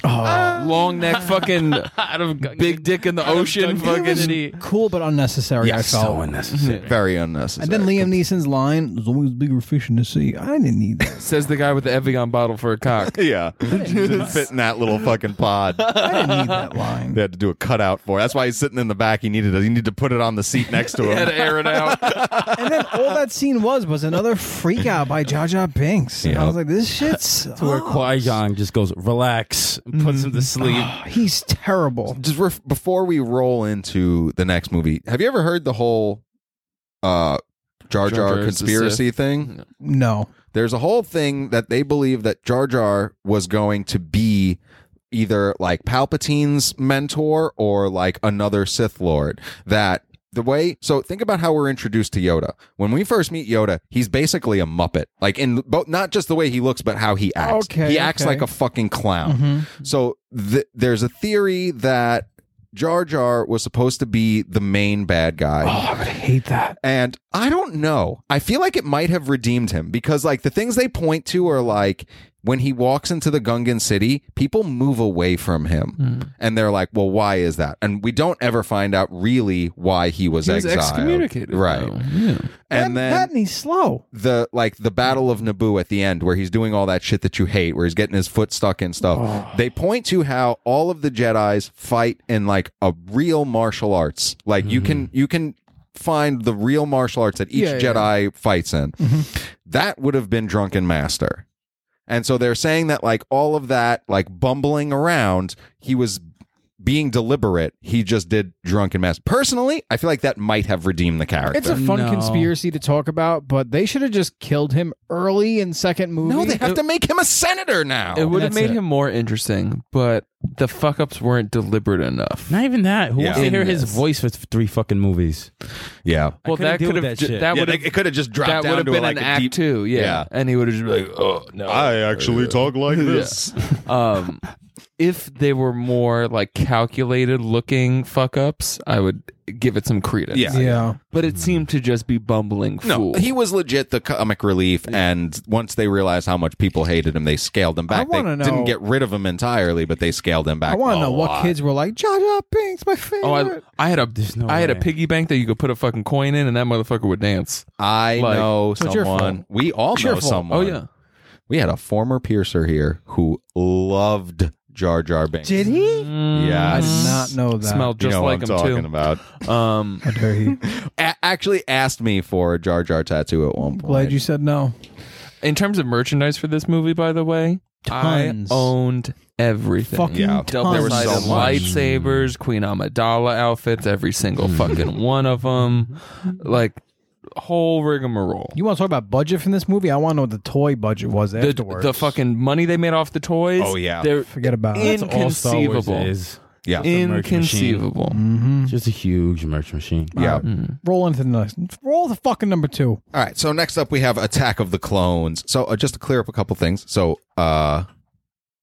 Oh. Ah! Long neck, fucking big dick in the ocean, fucking. cool but unnecessary. I felt. so unnecessary. Very unnecessary. and then Liam Neeson's line, "There's always bigger fish in the sea." I didn't need that. Says the guy with the Evian bottle for a cock. yeah, didn't fit in that little fucking pod. I didn't need that line. They had to do a cutout for. it. That's why he's sitting in the back. He needed. To, he needed to put it on the seat next to Had him. to air it out. And then all that scene was was another freak out by Jar Jar Binks. And I was like, this shit's To where Qui Gon just goes, relax, and puts him to sleep. he's terrible. Just ref- before we roll into the next movie, have you ever heard the whole uh, Jar Jar Jar Jar is the conspiracy thing? No. there's a whole thing that they believe that Jar Jar was going to be either like Palpatine's mentor or like another Sith Lord. That the way, so think about how we're introduced to Yoda. When we first meet Yoda, he's basically a Muppet. Like in both, not just the way he looks, but how he acts. Okay, he acts okay. Mm-hmm. like a fucking clown. So th- there's a theory that Jar Jar was supposed to be the main bad guy. I would hate that. And I don't know. I feel like it might have redeemed him because, like, the things they point to are like when he walks into the Gungan city, people move away from him. Hmm. And they're like, well, why is that? And we don't ever find out really why he was, He was exiled. excommunicated, Right. though. Yeah. And that, then that and he's slow. the like the battle of Naboo at the end where he's doing all that shit that you hate where he's getting his foot stuck in stuff. Oh, They point to how all of the Jedi's fight in like a real martial arts. Like you can you can find the real martial arts that each Yeah, yeah. Jedi fights in. That would have been Drunken Master. And so they're saying that like all of that like bumbling around, he was being deliberate. He just did Drunken Master. Personally, I feel like that might have redeemed the character. It's a fun No. conspiracy to talk about, but they should have just killed him early in second movie. no, they have to make him a senator now. It would have That's made it. him more interesting, but the fuck ups weren't deliberate enough. Not even that. Who wants Yeah. to hear In his this. voice for th- three fucking movies? Yeah. well, couldn't that deal could with have that ju- shit. that Yeah, would they- have it could have just dropped that down would have to been like an a act deep- too, yeah. Yeah. And he would have just been like, "Oh no, actually talk like this. Um, if they were more like calculated looking fuck ups, I would give it some credence. Yeah. Yeah. but it seemed to just be bumbling fool. No, he was legit the comic relief, and once they realized how much people hated him, they scaled him back. They wanna know- didn't get rid of him entirely, but they scaled him back. I want a to know what lot. kids were like. Jar Jar Binks, my favorite. oh, I, I had a There's no I had a way. piggy bank that you could put a fucking coin in, and that motherfucker would dance. I Like, know it's your someone. fault. We all your know fault. Oh, someone. Oh yeah, we had a former piercer here who loved Jar Jar Binks. Did he? Yes. I did not know that. smelled You just know like what him I'm talking too. about. Um, How dare he? A- actually asked me for a Jar Jar tattoo at one point. Glad you said no. in terms of merchandise for this movie, by the way, Tons. I owned everything. Fucking Yeah, tons. there were so Double-sided much. lightsabers, Queen Amidala outfits, every single fucking one of them, like whole rigmarole. You want to talk about budget from this movie? I want to know what the toy budget was The, afterwards. the fucking money they made off the toys. Oh, yeah. they're Forget about it. That's all Star Wars Inconceivable. is. Yeah. a merch machine. inconceivable. Mm. It's Just a huge merch machine. yeah. Roll into the next. Roll the fucking number two. All right. So next up, we have Attack of the Clones. So uh, just to clear up a couple things. So uh,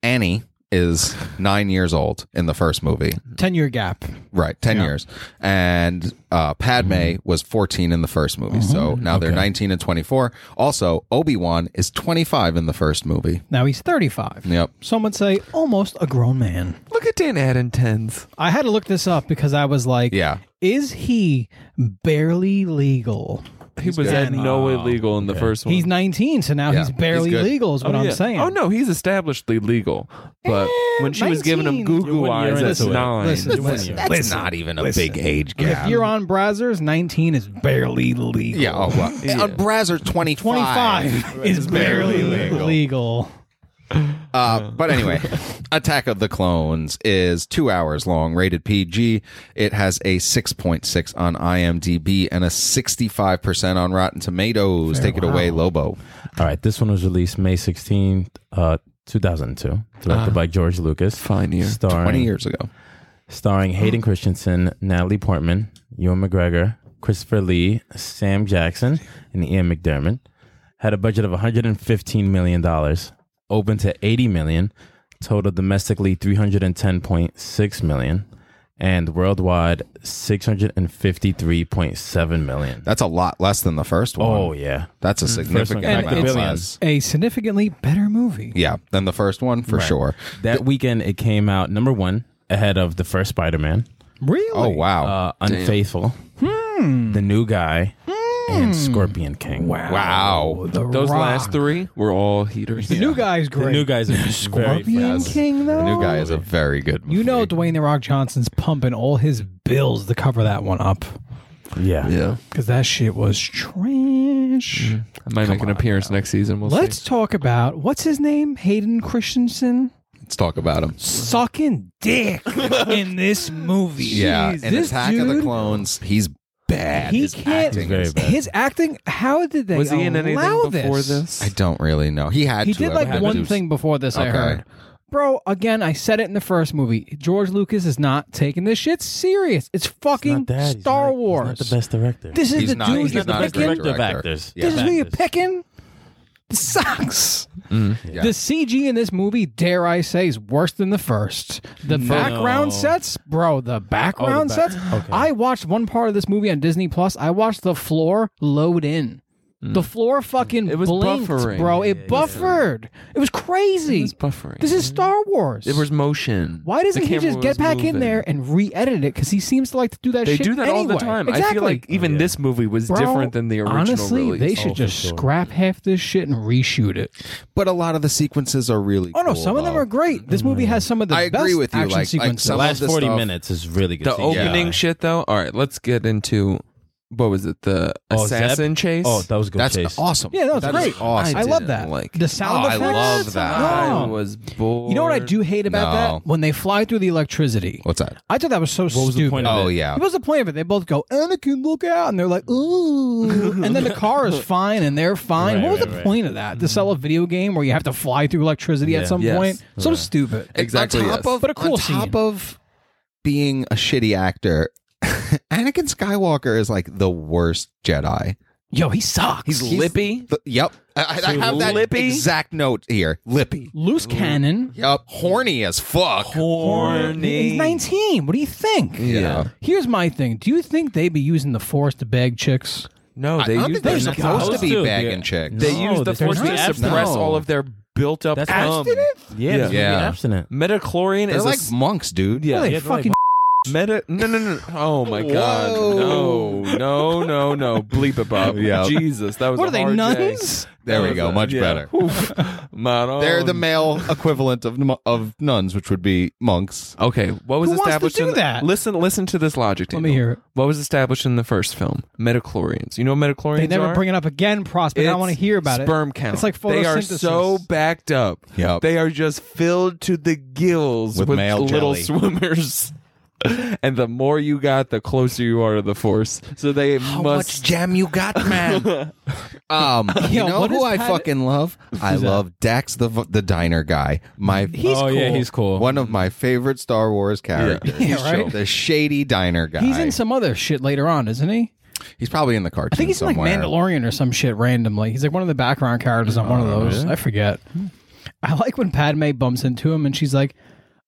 Annie is nine years old in the first movie, Ten year gap. right? Ten years, and uh, Padme was fourteen in the first movie. So now they're nineteen and twenty-four. Also, Obi Wan is twenty-five in the first movie. Now he's thirty five. Yep. Some would say almost a grown man. Look at Dan Adden tens. I had to look this up because I was like, Yeah. is he barely legal? He was at no illegal in the first one. He's 19, so now Yeah, he's barely he's good. legal, is what Oh, I'm yeah. saying. Oh no, he's establishedly legal. But Eh, when she was giving him 19. goo You're goo one year eyes, that's into it. nine. Listen, One listen. year. That's not even a big age If gap. you're on Brazzers, 19 is barely legal. yeah, oh well. A Brazzers 25. 25 is barely legal. Uh, but anyway, Attack of the Clones is two hours long, rated PG. It has a 6.6 on IMDb and a 65% on Rotten Tomatoes. Take it away, Lobo. All right, this one was released May 16, uh, 2002, directed by George Lucas. Fine year. Starring, 20 years ago. starring Hayden Christensen, Natalie Portman, Ewan McGregor, Christopher Lee, Sam Jackson, and Ian McDermott. Had a budget of 115 million dollars, open to 80 million, total domestically 310.6 million, and worldwide 653.7 million. That's a lot less than the first one. Oh yeah, mm, That's a first one significant got like amount. billions. A significantly better movie. Yeah, than the first one for sure. that weekend it came out number one ahead of the first Spider-Man. Really? Oh wow. uh, Unfaithful, The New Guy, and Scorpion King. Wow. Hmm. wow. The Those Rock. last three were all heaters. New guy's The great. new guy's a very Scorpion King, though? The new guy is a very good movie. You know Dwayne The Rock Johnson's pumping all his bills to cover that one up. Yeah. Yeah. Because that shit was trash. I might make an appearance next season. We'll Let's see. talk about what's his name? Hayden Christensen? Let's talk about him. Sucking dick in this movie. Yeah, Jeez, in this Attack dude, of the Clones, he's bad. He His can't. acting Very is- bad. His acting, how did they Was he in anything allow before this? I don't really know. He had He to did have like had one to. thing before this, I Okay. heard. Bro, again, I said it in the first movie. George Lucas is not taking this shit serious. It's fucking Star Wars. the best director. This is He's the not, dude he's you're not the best picking. director Of actors. Yeah. This is who you're Actors. picking. This sucks. Mm-hmm. Yeah. The CG in this movie, dare I say, is worse than the first. The background sets, bro, Oh, the background back- sets. okay. I watched one part of this movie on Disney Plus. I watched the floor load in. The floor fucking Mm. It was blinked, buffering. bro. It buffered. It was crazy. It's buffering. This is Star Wars. There was motion. Why doesn't The he camera just get was back in moving. there and re-edit it? Because he seems to like to do that. They shit do that all the anyway. time. Exactly. I feel like even Yeah. this movie was Bro, different than the original Honestly, release. they should Oh, for just sure. scrap half this shit and reshoot it. but a lot of the sequences are really. Oh no, cool, some of them though. are great. This movie has some of the I agree best with you, action like- like sequences. some The last the 40 stuff- minutes is really good. the CGI. opening shit though. All right, let's get into what was it? The Oh, Zeb? assassin chase. Oh, that was a good That's chase. awesome. yeah, no, it's That is great. Awesome. I, love didn't that. like it. the sound Oh, I effects. love that. No. I was bored. Oh. You know what I do hate No. about that? When they fly through the electricity. What's that? I thought that was so What stupid. was the point of Oh it? yeah. What was the point of it? They both go, Anakin, look out, and they're like, ooh, and then the car is fine, and they're fine. Right, what was right, the right. point of that? To sell a video game where you have to fly through electricity at Yeah. some Yes. point? So stupid. Exactly, On top yes. of, But a cool on top scene. of being a shitty actor, Anakin Skywalker is like the worst Jedi. Yo, he sucks. He's He's Lippy. The- yep, I, I- I have that Lippy? exact note here. Lippy. loose cannon. Yep, horny as fuck. Oh, He's 19. What do you think? Yeah. Here's my thing. Do you think they'd be using the force to beg chicks? No, I they don't used think they're the- supposed, to supposed be to, bagging yeah. chicks. No. They used Oh, the they're force to not. suppress No. all of their built-up That's cum. Yeah, this Yeah. movie abstinent. Metachlorine They're is like like monks, dude. yeah. They yeah, they're like- fucking Meta? No, no, no. Oh my god. Whoa. No, no, no, no. Bleep it, Bob. Yeah. Jesus, that was. What a are they, hard nuns? day. There we That go. was a- Much yeah. better. Oof. Maron. They're Um, the male equivalent of mo- of nuns, which would be monks. Okay, what was Who wants to established do in the- that? Listen, listen to this logic. Let me Daniel. hear it. What was established in the first film? Metachlorians. You know what metachlorians They never are? bring it up again, Prospect. I It's want to hear about Sperm it. count. It's like They are photosynthesis. so backed up. Yep. They are just filled to the gills With with, male little jelly. swimmers. and the more you got, the closer you are to the force. So they must. jam you got, man? um, you Yo, know what who is I Pat- fucking love? I love Dax the v- the diner guy. My He's oh yeah, cool. he's cool. one of my favorite Star Wars characters. Yeah, right? The shady diner guy. He's in some other shit later on, isn't he? He's probably in the cartoon I think he's in, like somewhere. Mandalorian or some shit randomly. He's like one of the background characters on one of those. I forget. I like when Padme bumps into him and she's like,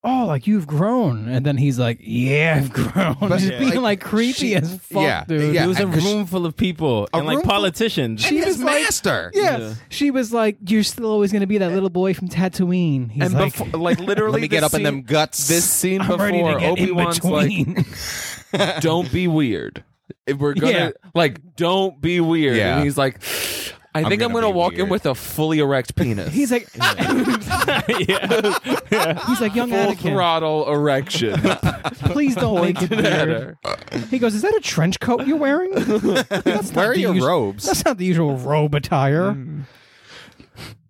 "Oh, like you've grown," and then he's like, "Yeah, I've grown." But Yeah. being like creepy she- as fuck, yeah, dude. yeah. It was a and 'cause- room full of people and room like full- politicians. She She his was like- master. Yeah. she was like, "You're still always gonna be that little boy from Tatooine." He's And like, before, like Let literally, me get up this in scene- them guts. This scene "I'm ready to before get Obi in Wan's like, between." "Don't be weird. If we're gonna Yeah. like, don't be weird." Yeah. And he's like, "I think I'm gonna gonna, be walk in weird." with a fully erect penis. he's like, yeah. he's like, young full Anakin, throttle erection. please don't make it weird. He goes, "Is that a trench coat you're wearing? That's not Where are the your usu- robes? That's not the usual robe attire.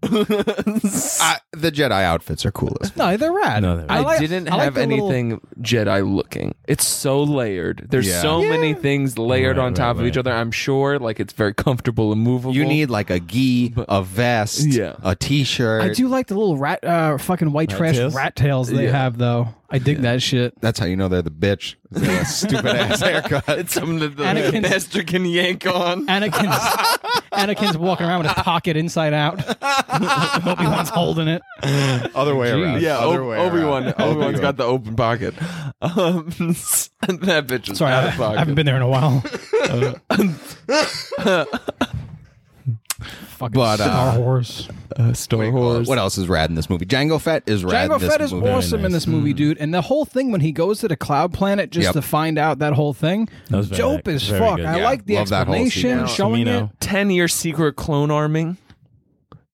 I, the Jedi outfits are coolest. No, they're rad. No, they're I, I like- didn't I like have the little- anything Jedi looking. It's so layered. There's Yeah. so many things layered Right, on top right, of each right. other. I'm sure like it's very comfortable and movable. You need like a gi, a vest, Yeah. a t-shirt. I do like the little rat, uh, fucking white trash tails? rat tails they have though. I dig that shit. That's how you know they're the bitch. They got a stupid ass haircut. it's something that the Anakin's- master can yank on. Anakin's Anakin's walking around with his pocket inside out. Obi Wan's holding it. Other way around. Yeah, Other way around. Obi Wan. Obi Wan's Obi-Wan. got the open pocket. Um, that bitch is Sorry, out I, of I pocket. haven't been there in a while. fucking But, uh, Star Wars. uh, Star Wars. What else is rad in this movie? Django Fett is rad. in Jango this Fett is movie. awesome in this movie, dude. And the whole thing when he goes to the cloud planet just Yep. to find out that whole thing, was very- dope as very fuck. good. I Yeah, like the love that whole explanation, sequence. showing Camino. it. Ten year secret clone arming.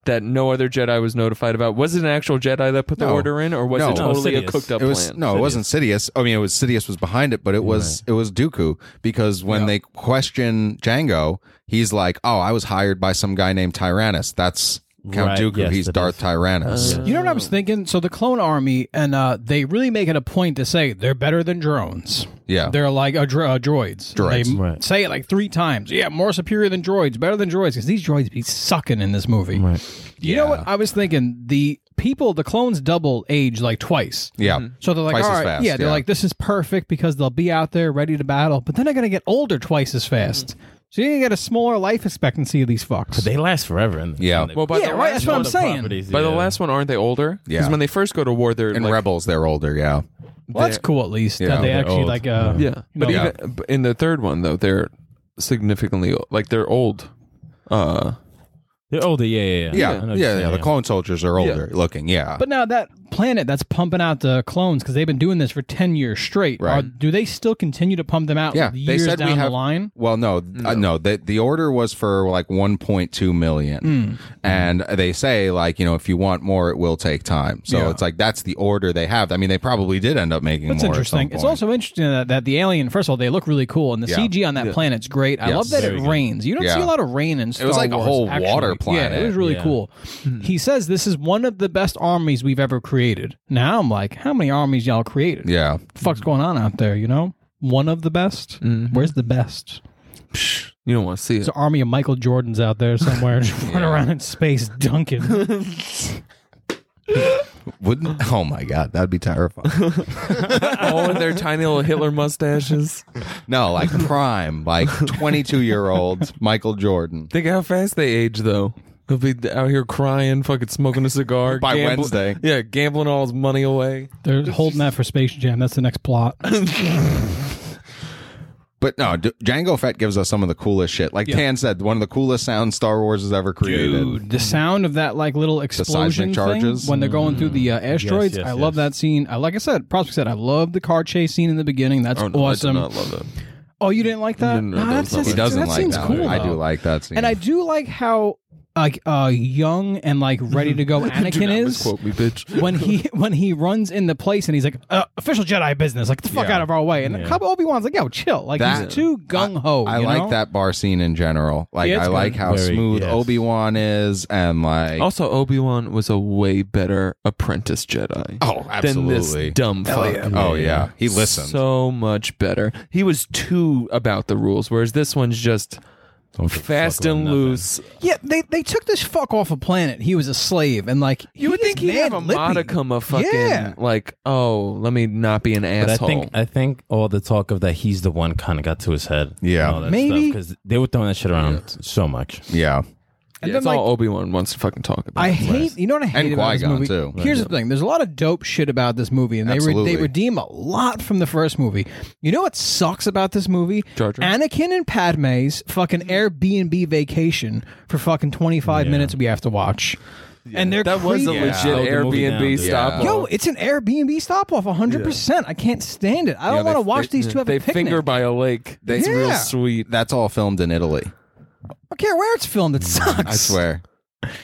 That no other Jedi was notified about. Was it an actual Jedi that put the No. order in, or was No. it No, totally a Sidious. cooked up It was plan? no, it wasn't Sidious. I mean, it was Sidious was behind it, but it was it was Dooku because when they question Django, he's like, "Oh, I was hired by some guy named Tyrannus. That's Count Right, Dooku. yes, he's that Darth is. Tyrannus." You know what I Oh. was thinking? So the clone army, and uh, they really make it a point to say they're better than drones. Yeah. They're like uh, dro- uh, droids. Droids. They Right. say it like three times. Yeah, more superior than droids, better than droids, because these droids be sucking in this movie. Right. You know what I was thinking? The people, the clones double age like twice. yeah. So they're like, Twice all as right, fast, yeah, they're yeah. like, this is perfect because they'll be out there ready to battle, but then they're going to get older twice as Mm. fast. So you're going to get a smaller life expectancy of these fucks. They last forever. In the, Yeah. in the- Well, by yeah, the right. last That's what I'm one- saying. By the last one, aren't they older? Yeah. Because when they first go to war, they're In like, Rebels, they're older. Yeah. Well, that's cool, at least Yeah, that they they're actually old. like uh, yeah. No. But even but in the third one, though, they're significantly o- like they're old. Uh, they're older. Yeah, yeah, yeah. I Yeah. Yeah. know what you're Yeah. saying, The clone soldiers are older looking. Yeah. But now that planet that's pumping out the clones because they've been doing this for ten years straight. Right. Are, do they still continue to pump them out? yeah. years they said down we have the line. Well, no, no. Uh, no the, the order was for like 1.2 million, Hmm. and they say like you know if you want more, it will take time. So it's like that's the order they have. I mean, they probably did end up making. That's more at some interesting. It's point. also interesting that, that the alien. First of all, they look really cool, and the Yeah. CG on that planet's great. I Yes. love that Very it good. rains. You don't see Yeah. a lot of rain in Star was like a Wars, whole actually. water Yeah, planet. it was really Yeah. cool. He says this is one of the best armies we've ever created. Now I'm like, how many armies y'all created? yeah. The fuck's going on out there? You know, one of the best. Where's the best? you don't want to see it. There's an army of Michael Jordans out there somewhere just running around in space dunking. Wouldn't? Oh my god, that'd be terrifying. oh, and their tiny little Hitler mustaches. no, like prime, like 22 year old Michael Jordan. Think how fast they age, though. He'll be out here crying, fucking smoking a cigar By gambling- Wednesday. Yeah, gambling all his money away. They're holding that for Space Jam. That's the next plot. But no, D- Django Fett gives us some of the coolest shit. Like Dan said, one of the coolest sounds Star Wars has ever created. The sound of that like little explosion thing charges? when they're going through the uh, asteroids. yes, I love yes. that scene. I like I said, Prospect said I love the car chase scene in the beginning. That's Oh, no, awesome. I do not love it. Oh, you didn't like that? No, no, no, that's that was He not doesn't that like scene's that. cool. I do though. like that scene. And I do like how like uh young and like ready to go Do Anakin not is. misquote me, bitch. when he when he runs into place and he's like uh, official Jedi business, like the fuck Yeah. out of our way. And Obi Wan's like, yo, chill. Like That- he's too gung ho. I like that bar scene in general. Like Yeah, it's I like good. Oh, how Very- smooth yes. Obi Wan is, and like Also, Obi Wan was a way better apprentice Jedi. Oh, Than this absolutely. dumb fuck. oh yeah, he listened. So much better. He was too about the rules, whereas this one's just Don't give a fast fuck about and nothing. loose. Yeah, they they took this fuck off a planet. He was a slave, and like You would is think he'd have a mad lippy. modicum of fucking Yeah. like, oh, let me not be an But I asshole. think I think all the talk of that he's the one kind of got to his head. Yeah. and all that Maybe. because they were throwing that shit around so much. yeah, And And That's then like all Obi Wan wants to fucking talk about. I hate you know what I hate And about this Qui-Gon, movie. too. Here's the thing: there's a lot of dope shit about this movie, and they re- Absolutely. they redeem a lot from the first movie. You know what sucks about this movie? Jar Jar? Mm-hmm. Anakin and Padme's fucking Airbnb vacation for fucking 25 minutes we have to watch, and they're that was a creepy. legit Slow the movie down, Airbnb dude. stop. Yo, it's an Airbnb stop off 100%. I can't stand it. I don't want to watch these two have They a picnic. finger by a lake. That's real Yeah. sweet. That's all filmed in Italy. I don't care where it's filmed. It sucks. Mm, I swear.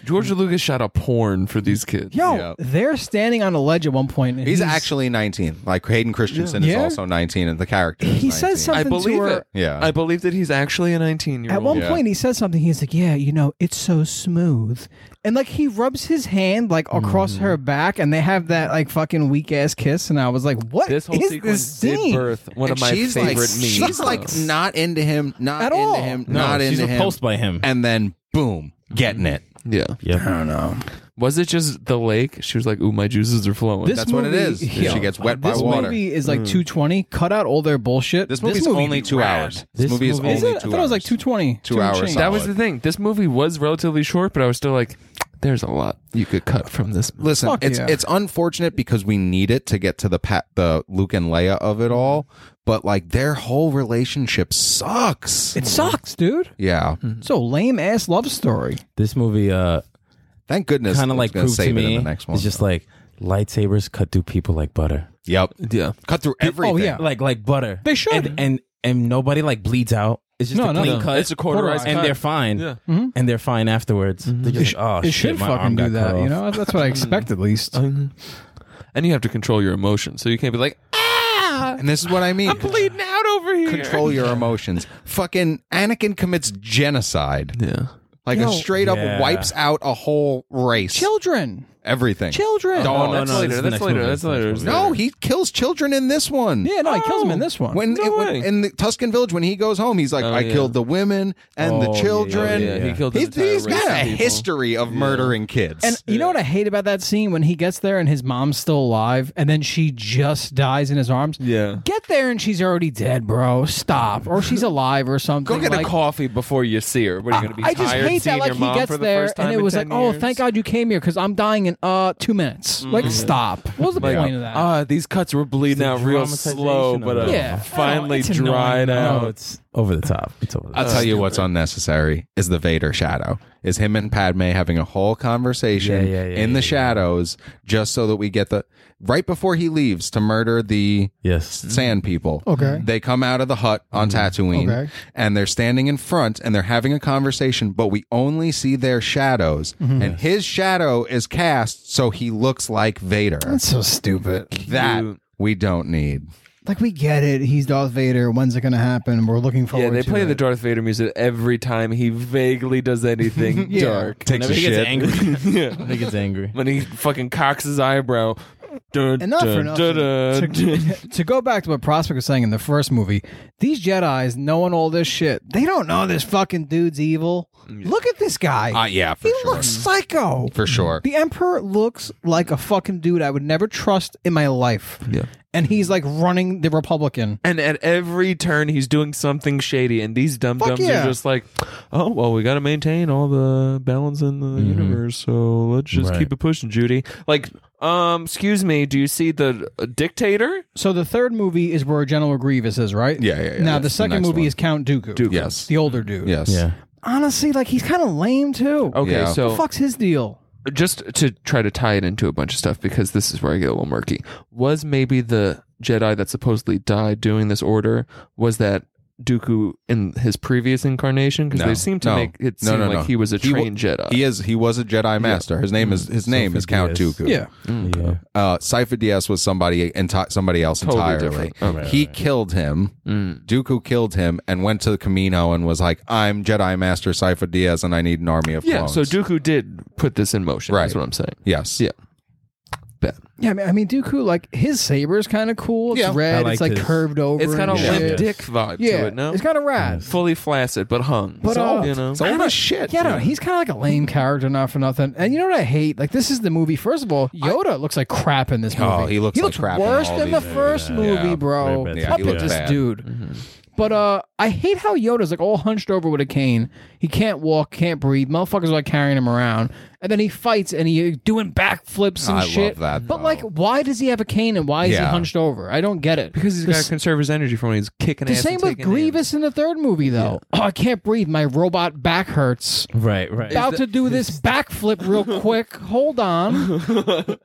George Lucas shot a porn for these kids. Yo, Yeah. they're standing on a ledge at one point. And He's, actually 19. Like Hayden Christensen is Yeah. also 19 and the character. is He 19. says something I believe to her. it. Yeah. I believe that he's actually a 19 year At one Yeah. point, he says something. He's like, "Yeah, you know, it's so smooth," and like he rubs his hand like across her Mm. back, and they have that like fucking weak ass kiss. And I was like, "What This whole is sequence this did scene?" birth one And of my she's favorite like, memes. She's like not into him, not At into all. him, No, not she's into him. repulsed by him. and then boom, getting it. yeah. Yeah. don't know. Was it just the lake? She was like, "Ooh, my juices are flowing." This That's what it movie- is. yeah. She gets wet by This water. Mm. movie is like two twenty. Cut out all their bullshit. this movie's movie- only two hours. This, This movie is movie- only Is it? I two thought it was like hours. two twenty. Two hours. that was the thing. This movie was relatively short, but I was still like, "There's a lot you could cut from this." movie. Listen, Fuck it's yeah. it's unfortunate because we need it to get to the pat the Luke and Leia of it all, but like their whole relationship sucks. It sucks, dude. yeah, Mm-hmm. So lame ass love story. This movie uh, thank goodness. kind of it's like gonna proved to save it me. in the next one. It's just like lightsabers cut through people like butter. yep, Oh, Yeah, cut through everything. yeah. Uh, Like like butter. They should. And and, and nobody like bleeds out. It's just No, a no, clean no. cut. It's a quarterized and cut. they're fine. Mm-hmm. Yeah. And they're fine afterwards. They're just like, oh Mm-hmm. It shit, should my arm fucking got do that. cut off. You know, that's what I expect at least. and you have to control your emotions, so you can't be like, "Ah, and this is what I mean. bleeding out over here." Control your emotions. Fucking Anakin commits genocide. Yeah, Like Yo. a straight up Yeah. wipes out a whole race. Children, everything. children. Oh, Oh, No, no, that's no, this is later. the That's next later. movie. That's later. That's No, later. he kills children in this one. Yeah, no, he kills him in this one. When, No it- when- way. in the Tuscan Village, when he goes home, he's like, Oh, "I yeah. killed the women and Oh, the yeah, children." yeah, yeah. he killed. an He's, entire he's race got of a people. history of murdering kids. And you know what I hate about that scene when he gets there and his mom's still alive, and then she just dies in his arms. Yeah. Get there and she's already dead, bro. Stop, or she's alive or something. Go get like, a coffee before you see her. What are you going to be I just tired hate seeing that. Like your he mom gets for the there first time and it in was like, 10 oh, years? thank God you came here because I'm dying in uh two minutes. Like, stop. What was the point of that? Ah, these cuts were bleeding out real dramatization slow, of but uh, it. Yeah. finally It's annoying. dried No, out. it's over the top. It's over the I'll top. tell you what's unnecessary is the Vader shadow. Is him and Padme having a whole conversation Yeah, yeah, yeah, in yeah, yeah. the shadows just so that we get the right before he leaves to murder the Yes. Mm-hmm. sand people. Okay. Mm-hmm. They come out of the hut on Tatooine Okay. and they're standing in front and they're having a conversation, but we only see their shadows. Mm-hmm. And his shadow is cast so he looks like Vader. That's so stupid. that we don't need. Like we get it. He's Darth Vader. When's it gonna happen? We're looking forward. Yeah, they to play it. the Darth Vader music every time he vaguely does anything Yeah. dark. Takes Whenever a he shit. gets angry. yeah. Whenever he gets angry. When he fucking cocks his eyebrow. Dun, Enough dun, for enough. dun, dun, dun. To, to go back to what Prospect was saying in the first movie, these Jedi's knowing all this shit, they don't know this fucking dude's evil. Look at this guy. Uh, yeah, for he sure. looks psycho. for sure. The Emperor looks like a fucking dude I would never trust in my life. Yeah. And he's like running the Republican. And at every turn, he's doing something shady, and these dum dums yeah. are just like, "Oh well, we got to maintain all the balance in the universe, so let's just Mm-hmm. Right. keep it pushing, Judy." Like, um, excuse me, do you see the uh, dictator? So the third movie is where General Grievous is, right? Yeah, yeah, yeah. Now That's the the second next movie one. is Count Dooku. Dooku. Yes. The older dude. Yes. Yeah. Honestly, like he's kind of lame too. Okay, Yeah. What so the fuck's his deal? just to try to tie it into a bunch of stuff because this is where I get a little murky. Was maybe the Jedi that supposedly died doing this order was that Dooku in his previous incarnation? Because No. they seem to No. make it No, seem no, like no. he was a He wa- trained Jedi. He is. He was a Jedi Master. His name is. Mm-hmm. His name is Count Diaz. Dooku. Yeah. Yeah. Uh, Cipher Diaz was somebody enti- somebody else Totally entirely. different. Okay. he killed him. Dooku killed him and went to the Camino and was like, "I'm Jedi Master Cipher Diaz, and I need an army of yeah, clones." so Dooku did put this in motion. That's Right. what I'm saying. yes, Yeah. Bet. Yeah, I mean, I mean, Dooku, like his saber is kind of cool. It's Yeah. I red. like it's like his- curved over. It's got a and Yeah. shit. limp Yeah. dick vibe Yeah, to it. No, it's kind of rad. fully flaccid but hung. But, So, uh, you know, it's old as shit. Yeah, no, he's kind of like a lame character, not for nothing. And you know what I hate? Like, this is the movie. First of all, Yoda looks like crap in this movie. Oh, he looks like crap in worse all than the these first movie, Yeah. bro. Very bad. Yeah, Up he with looks this bad. Mm-hmm. dude. But uh, I hate how Yoda's like all hunched over with a cane. He can't walk, can't breathe. Motherfuckers are like carrying him around, and then he fights and he uh, doing backflips and I love shit. that, but though. like, why does he have a cane and why is he Yeah. hunched over? I don't get it. because he's got to conserve his energy from when he's kicking The ass. same and with taking names. Grievous in the third movie, though. Oh, I can't breathe. My robot back hurts. Right, right. About to do this backflip real quick. Hold on.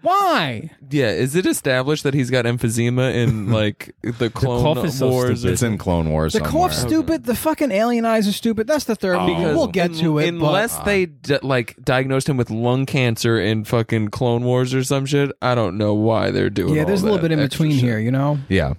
Why? Yeah, is it established that he's got emphysema in like the Clone cough is so Wars? stupid. or- It's in Clone Wars. The somewhere. cough's stupid. The fucking alien eyes are stupid. That's the Oh. third movie. Because We'll get to it. but- Unless they d- like diagnosed him with lung cancer in fucking Clone Wars or some shit. I don't know why they're doing. yeah, all there's a that little bit in extra between shit. here, you know. Yeah.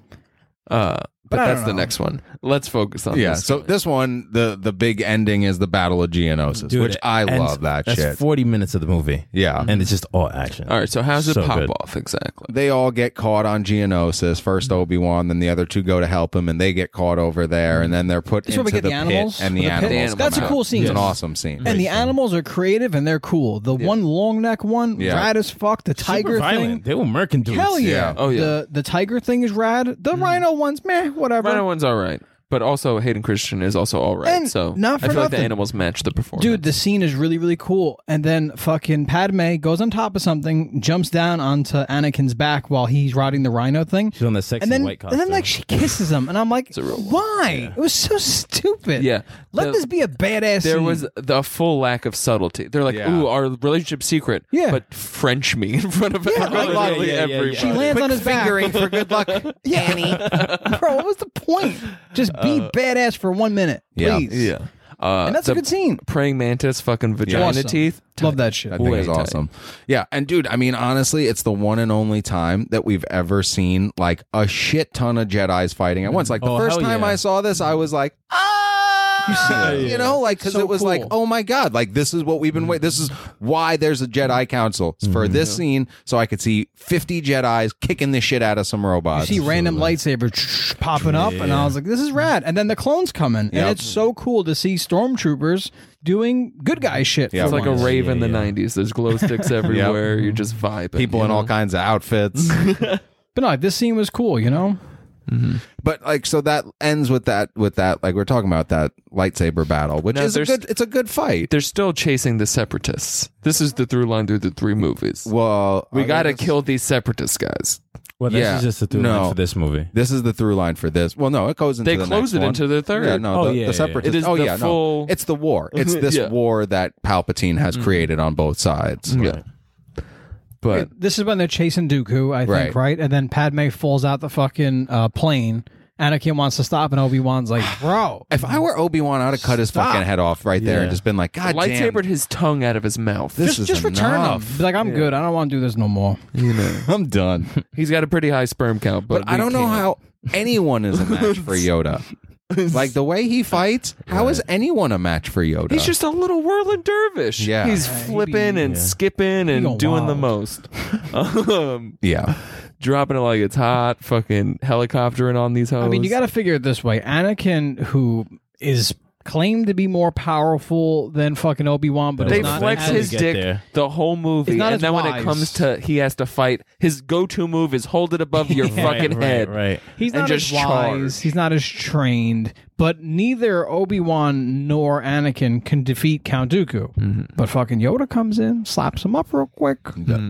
Uh, but, I that's don't the know. next one. Let's focus on Yeah. this. So this one, the the big ending is the Battle of Geonosis, Dude, which I and love that that's shit. 40 minutes of the movie. yeah. And it's just all action. all right. So how's it So pop good. off exactly? they all get caught on Geonosis. First Obi Wan, then the other two go to help him, and they get caught over there, and then they're put That's where into we get the, the animals pit and the, with the animals. pit. animal That's a mount. cool scene. It's an awesome scene. And the animals are creative and they're cool. The one long neck one, Yeah. rad as fuck. The Super tiger violent. thing, They were murking dudes. hell yeah. Yeah. Oh, yeah. Mm. The the tiger thing is rad. The rhino ones, meh, whatever. Rhino one's all right, but also Hayden Christian is also all right. And so not I for feel like the nothing. animals match the performance. Dude, the scene is really, really cool. And then fucking Padme goes on top of something, jumps down onto Anakin's back while he's riding the rhino thing. She's on the sexy and then, white and costume. then like she kisses him, and I'm like, a real one. why? It was so stupid. Yeah. let The- this be a badass. there scene. was the full lack of subtlety. They're like, Yeah. "Ooh, our relationship secret." Yeah. but French me in front of Yeah, literally like- Yeah, yeah, yeah, yeah. everybody. She lands on his back. fingering for good luck. yeah. bro. What was the point? Just be badass for one minute, yeah. please. Uh, Yeah, uh, and that's a the good scene. Praying mantis, fucking vagina Awesome. teeth. Love that shit. That thing Way is tight. awesome. Yeah, and dude, I mean, honestly, it's the one and only time that we've ever seen like a shit ton of Jedi's fighting at once. Like the Oh, first hell time yeah. I saw this, I was like, ah, you know, like because So it was like, cool. oh my god, like this is what we've been waiting. This is why there's a Jedi Council It's for this scene, so I could see fifty Jedi's kicking the shit out of some You robots. see random lightsabers popping up, and I was like, "This is rad!" And then the clones come in, and Yep. it's so cool to see stormtroopers doing good guy shit. Yeah. for It's like a once. rave in the '90s. There's glow sticks everywhere. You're just vibing. People you in all know? kinds of outfits. but no, this scene was cool. You know, but like so that ends with that with that like we're talking about that lightsaber battle, which Now, is a there's- good it's a good fight. They're still chasing the separatists. This is the through line through the three movies. Well, we I got to guess- kill these separatist guys. well, this yeah. is just a through No. line for this movie. This is the through line for this. Well, no, it goes into They the next close it one. into the third. Yeah, no, Oh, the, yeah, yeah. the separatists. It is oh the yeah, full- no, it's the war. It's this Yeah. Mm-hmm. war that Palpatine has created on both sides. Yeah. But this is when they're chasing Dooku, I think, Right. right? And then Padme falls out the fucking uh, plane. Anakin wants to stop, and Obi Wan's like, "Bro, If I were Obi Wan, I'd have cut his fucking head off right there and just been like, "God damn, lightsabered his tongue out of his mouth. this just is just return him." enough. Be like, "I'm good. I don't want to do this no more." I'm done." He's got a pretty high sperm count, but, But I we don't know can't. how anyone is a match for Yoda. Like the way he fights, how is anyone a match for Yoda? He's just a little whirling dervish. Yeah. he's flipping and skipping go and doing the wild. most, um, yeah, dropping it like it's hot. Fucking helicoptering on these hoes. I mean, you got to figure it this way: Anakin, who is claimed to be more powerful than fucking Obi Wan, but They is not flex as- his get dick there. the whole movie, It's not and as then when it wise. comes to he has to fight, his go-to move is hold it above your fucking right, head. Right. He's and not just as wise. charge. He's not as trained, but neither Obi Wan nor Anakin can defeat Count Dooku. But fucking Yoda comes in, slaps him up real quick.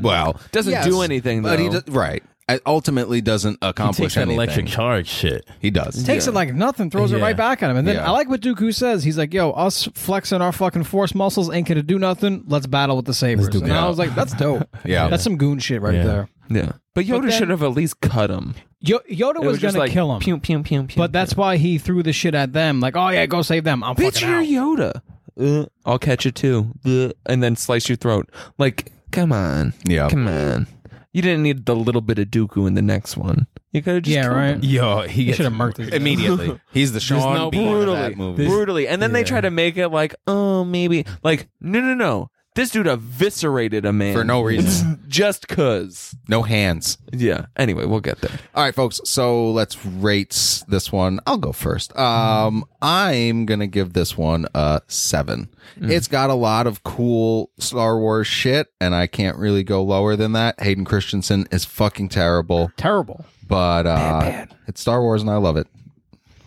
well, Hmm. Doesn't yes, do anything though. but he does, right. Uh, Ultimately, doesn't accomplish Takes that anything. electric charge shit. He does. Takes it like nothing, throws it Yeah. right back at him, and then Yeah. I like what Dooku says. He's like, "Yo, us flexing our fucking force muscles ain't gonna do nothing. Let's battle with the sabers." do And I that. was like, "That's dope. Yeah. that's some goon shit right Yeah. there." yeah, but Yoda then- should have at least cut him. Yo- Yoda It was, just gonna like, kill him, Pew pew pew pew. but that's why he threw the shit at them. Like, "Oh yeah, go save them. I'm Bitch, fucking out." you're Yoda. Uh, I'll catch you too. Uh, and then slice your throat. Like, come on. Yeah. Come on. You didn't need the little bit of Dooku in the next one. You could have just Yeah, killed right. him. Yo, he gets should have murked his immediately. He's the Sean no Bean of Brutally, that movie. brutally, and then they try to make it like, oh, maybe, like, no, no, no. This dude eviscerated a man For no reason. just cause. no hands. Yeah. Anyway, we'll get there. All right, folks. So let's rate this one. I'll go first. Um, I'm gonna give this one a seven. Hmm. It's got a lot of cool Star Wars shit, and I can't really go lower than that. Hayden Christensen is fucking terrible, Terrible. but uh, it's Star Wars, and I love it.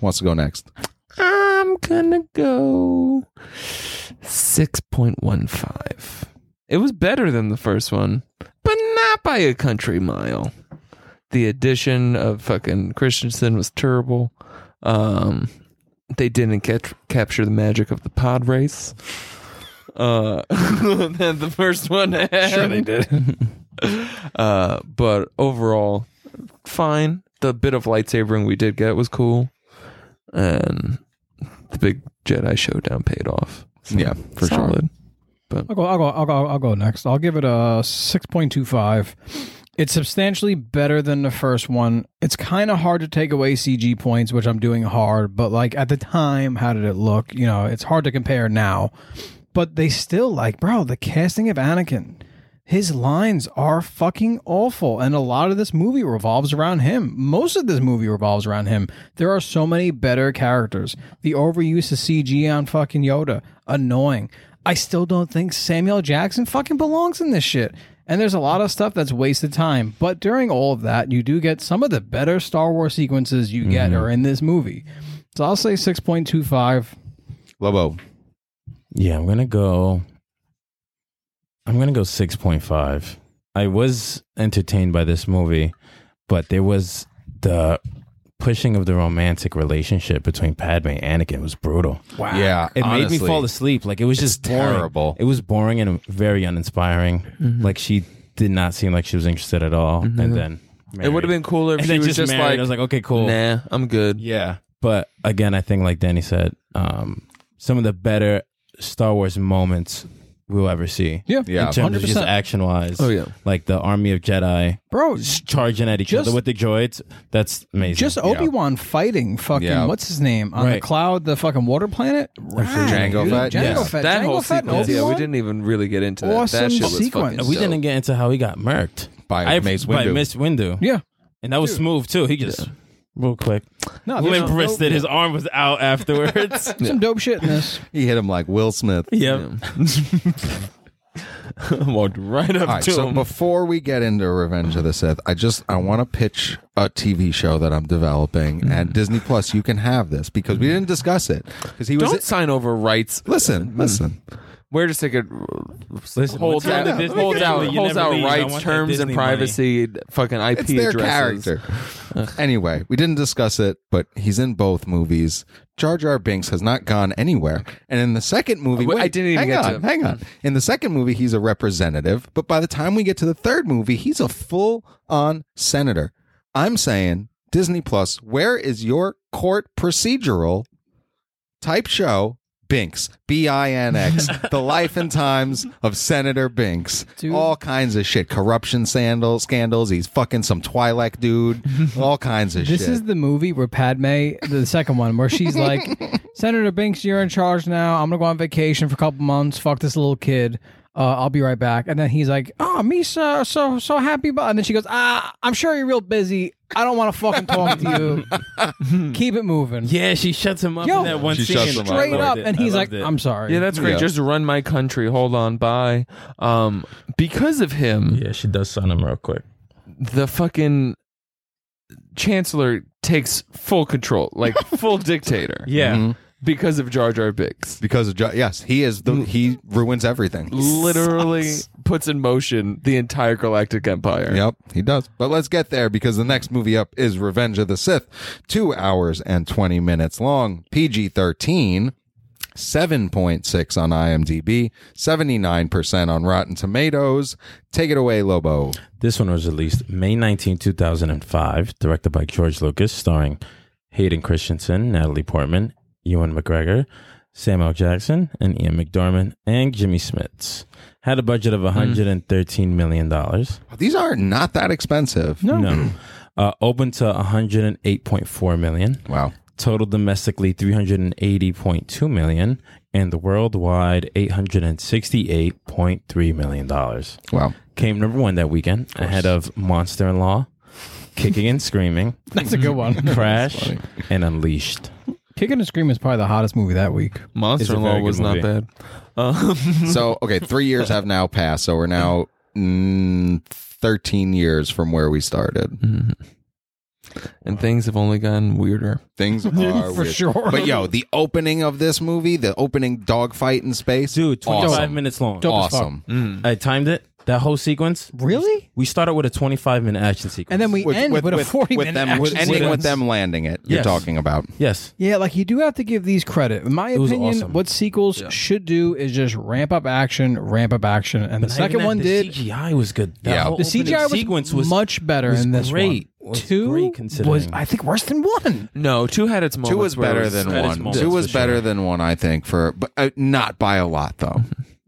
wants to go next? I'm gonna go six point one five. It was better than the first one, but not by a country mile. The addition of fucking Christensen was terrible. Um, they didn't catch, capture the magic of the pod race. Uh, that the first one had. Sure, they did. uh, but overall, fine. The bit of lightsabering we did get was cool and the big Jedi showdown paid off. So, Yeah, for sure. solid. I'll go. I'll go. I'll go. I'll go next. I'll give it a six point two five. It's substantially better than the first one. It's kind of hard to take away CG points, which I'm doing hard. But like at the time, how did it look? You know, it's hard to compare now. But they still like, bro, the casting of Anakin. His lines are fucking awful, and a lot of this movie revolves around him. Most of this movie revolves around him. There are so many better characters. The overuse of CG on fucking Yoda, annoying. I still don't think Samuel Jackson fucking belongs in this shit. And there's a lot of stuff that's wasted time. But during all of that, you do get some of the better Star Wars sequences you get Mm-hmm. are in this movie. So I'll say 6.25. Lobo. Yeah, I'm gonna go. I'm gonna go six point five. I was entertained by this movie, but there was the pushing of the romantic relationship between Padme and Anakin was brutal. Wow. Yeah, It honestly, made me fall asleep. Like it was just boring. terrible. It was boring and very uninspiring. Mm-hmm. Like she did not seem like she was interested at all. And then It would have married. been cooler if And she then was just, just, married. like, I was like, okay, cool. nah, I'm good. Yeah. But again, I think like Danny said, um, some of the better Star Wars moments we'll ever see. Yeah. Yeah. In terms of just 100%. action wise. Oh, yeah. Like the army of Jedi Bro, charging at each Just- other with the droids. That's amazing. just Obi-Wan fighting fucking, Yeah. what's his name? On the Right. cloud, the fucking water planet? Django dude. Fett? Django Yeah. Fett. That Django whole Fett and sequence, yeah, we Obi-Wan? didn't even really get into that. Awesome that shit was sequence. fucking we dope. didn't get into how he got murked. by I Mace by Windu. Mace Windu. Yeah. And that was smooth too. He just real quick. No, there's Limp some dope- wristed, his arm was out afterwards. Some dope shit in this. He hit him like Will Smith. yeah. walked right up All right, to so him. before we get into Revenge of the Sith, I just I want to pitch a TV show that I'm developing, Mm. and Disney Plus, you can have this because we didn't discuss it because he was. Don't Mm. sign over rights. listen, listen. We're just thinking Listen, holds what's out, wrong with Disney? holds out, You holds never out leave. I want rights, that terms, and Disney money. privacy. Fucking IP It's their addresses. character. anyway, we didn't discuss it, but he's in both movies. Jar Jar Binks has not gone anywhere, and in the second movie, Wait, I wait, didn't even hang get to on, him. hang on. In the second movie, he's a representative, but by the time we get to the third movie, he's a full-on senator. I'm saying Disney Plus, where is your court procedural type show? Binks, B I N X, the life and times of Senator Binks. Dude. All kinds of shit. Corruption sandal, scandals. He's fucking some Twi'lek dude. All kinds of This shit. is the movie where Padme, the second one, where she's like, Senator Binks, you're in charge now. I'm gonna go on vacation for a couple months. Fuck this little kid. Uh, I'll be right back. And then he's like, "Oh, me so so so happy." But and then she goes, "Ah, I'm sure you're real busy. I don't want to fucking talk to you. Keep it moving." Yeah, she shuts him up Yo, in that one She scene. shuts him up. I Straight loved up, it. and I he's loved like, it. "I'm sorry." Yeah, that's great. Yeah. Just run my country. Hold on, bye. Um, because of him, Yeah, she does sign him real quick. the fucking chancellor takes full control, like full dictator. Yeah. Mhm. because of Jar Jar Binks. because of Jar- yes, he is the he ruins everything. Literally puts in motion the entire galactic empire. Yep, he does. But let's get there because the next movie up is Revenge of the Sith, two hours and twenty minutes long, PG thirteen. 7.6 on IMDb, 79% on Rotten Tomatoes. Take it away, Lobo. This one was released May 19, 2005, directed by George Lucas, starring Hayden Christensen, Natalie Portman, Ewan McGregor, Samuel Jackson, and Ian McDormand, and Jimmy Smits. Had a budget of $113 million. These are not that expensive. No. Uh, open to 108.4 million. Wow. total domestically 380.2 million and the worldwide 868.3 million dollars Wow. came number one that weekend ahead of monster in law kicking and screaming That's a good one. crash and unleashed Kicking and Scream is probably the hottest movie that week. Monster in Law very good was not movie. bad. Um, so okay, three years have now passed. So we're now mm, thirteen years from where we started. and things have only gotten weirder. Things are For weird. sure. But yo, the opening of this movie, the opening dogfight in space, Dude, 25 awesome. minutes long. Mm. Dope as fuck. awesome. I timed it. That whole sequence. Really? We started with a 25 minute action sequence. And then we end with, a forty with minute them action with ending sequence. with them landing it. You're Yes. talking about. Yes. Yeah, like you do have to give these credit. In my was opinion, awesome. what sequels should do is just ramp up action, ramp up action, and the second one the did. CGI was good. That Yeah. whole The opening CGI was, sequence was much better was in this great. one. Was Two great considering. was, I think, worse than one. No, two had its moments. Two was where it better than at its one. moments, Two was for sure. better than one, I think, for but uh, not by a lot though.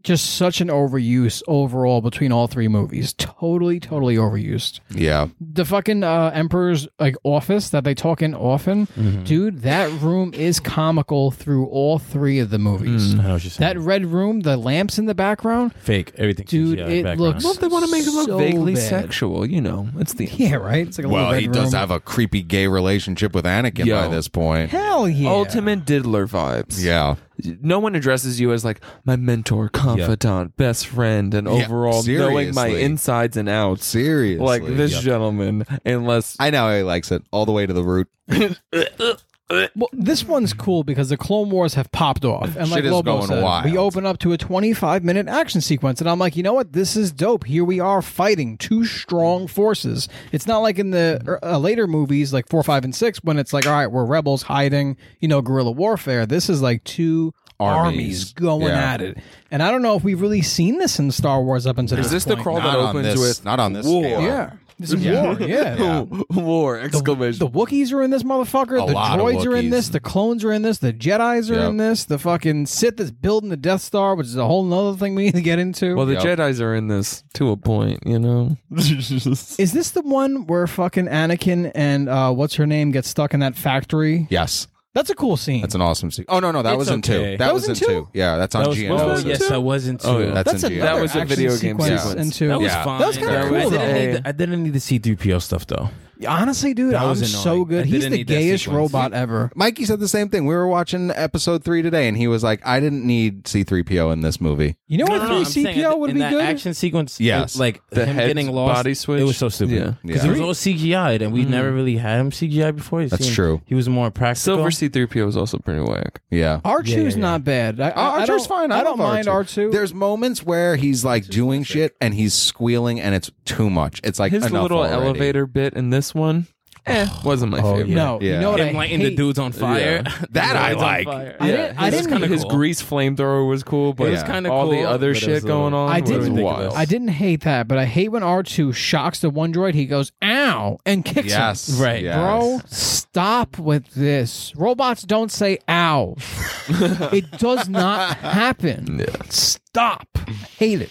Just such an overuse overall between all three movies. Totally, totally overused. Yeah, The fucking uh, Emperor's like office that they talk in often, Mm-hmm. dude. That room is comical through all three of the movies. I know what you're saying. That red room, the lamps in the background, fake everything. Dude, CGI it background. looks- Well, they want to make it look So vaguely bad. sexual. You know, it's the Yeah, right. It's like a well, little he does have a creepy gay relationship with Anakin Yo. by this point. hell yeah. ultimate diddler vibes. Yeah, no one addresses you as like my mentor, confidant, best friend, and Yeah, overall knowing my seriously. insides and outs. seriously. Like this gentleman, unless I know how he likes it all the way to the root. Well, this one's cool because the Clone Wars have popped off, and like Shit is Lobo going said, wild. we open up to a 25 minute action sequence, and I'm like, you know what? This is dope. Here we are fighting two strong forces. It's not like in the uh, later movies, like four, five, and six, when it's like, all right, we're rebels hiding, you know, guerrilla warfare. This is like two. Armies, Armies. going Yeah. at it, and I don't know if we've really seen this in Star Wars up until is this the point. crawl that Not on opens this- with not on this war? scale. Yeah, this is war. Yeah, War exclamation. The Wookiees are in this motherfucker. A the lot of droids are in Wookiees. this. The clones are in this. The Jedi's are Yep. in this. The fucking Sith that's building the Death Star, which is a whole nother thing we need to get into. well, the Yep. Jedi's are in this to a point, you know. is this the one where fucking Anakin and uh, what's her name get stuck in that factory? Yes, That's a cool scene. that's an awesome scene. Oh no, no, that It's was in two. okay. That, That was in two. Yeah, that's on That was, Gianno's. in yes, two? I was into. Oh, yeah. That's, that's in another Gianno's. That was a action video game sequence sequence. into- That was Yeah. fine. That was kinda I cool, didn't though. need the- I didn't need the C-3PO stuff though. Honestly, dude, That I'm was so annoying. I good. He's didn't the need that gayest sequence. robot ever. Mikey said the same thing. We were watching episode three today, and he was like, "I didn't need C-3PO in this movie." You know No, what no, no, I'm three saying CPO in- would in be that good? Action sequence, Yes. it- like The him head getting lost, body switch? It was so stupid. Yeah. Mm. because it was all CGI, and we never really had him CGI before. You That's see him- true. He was more practical. Silver C three PO is also pretty whack. Yeah. R2's Yeah, Uh, yeah, yeah. not bad. I, I, I R2's don't- fine. I, I, don't love mind R2. There's moments where he's like doing shit and he's squealing and it's too much. It's like His enough little already. Oh, elevator bit in this one, eh, wasn't my favorite. no, Yeah. you know what him I lighting hate? the dudes on fire. Yeah. The That I dudes on like. fire. I didn't- I His- didn't- kinda his cool. grease flamethrower was cool, but It was kinda all the cool, other but it shit was a little- going on I was didn't- wild. Ridiculous. I didn't hate that, but I hate when R2 shocks the one droid. He goes, ow, and kicks him. Yes. Right, yes. Bro, stop with this. Robots don't say ow. it does not happen. Stop. Hate it.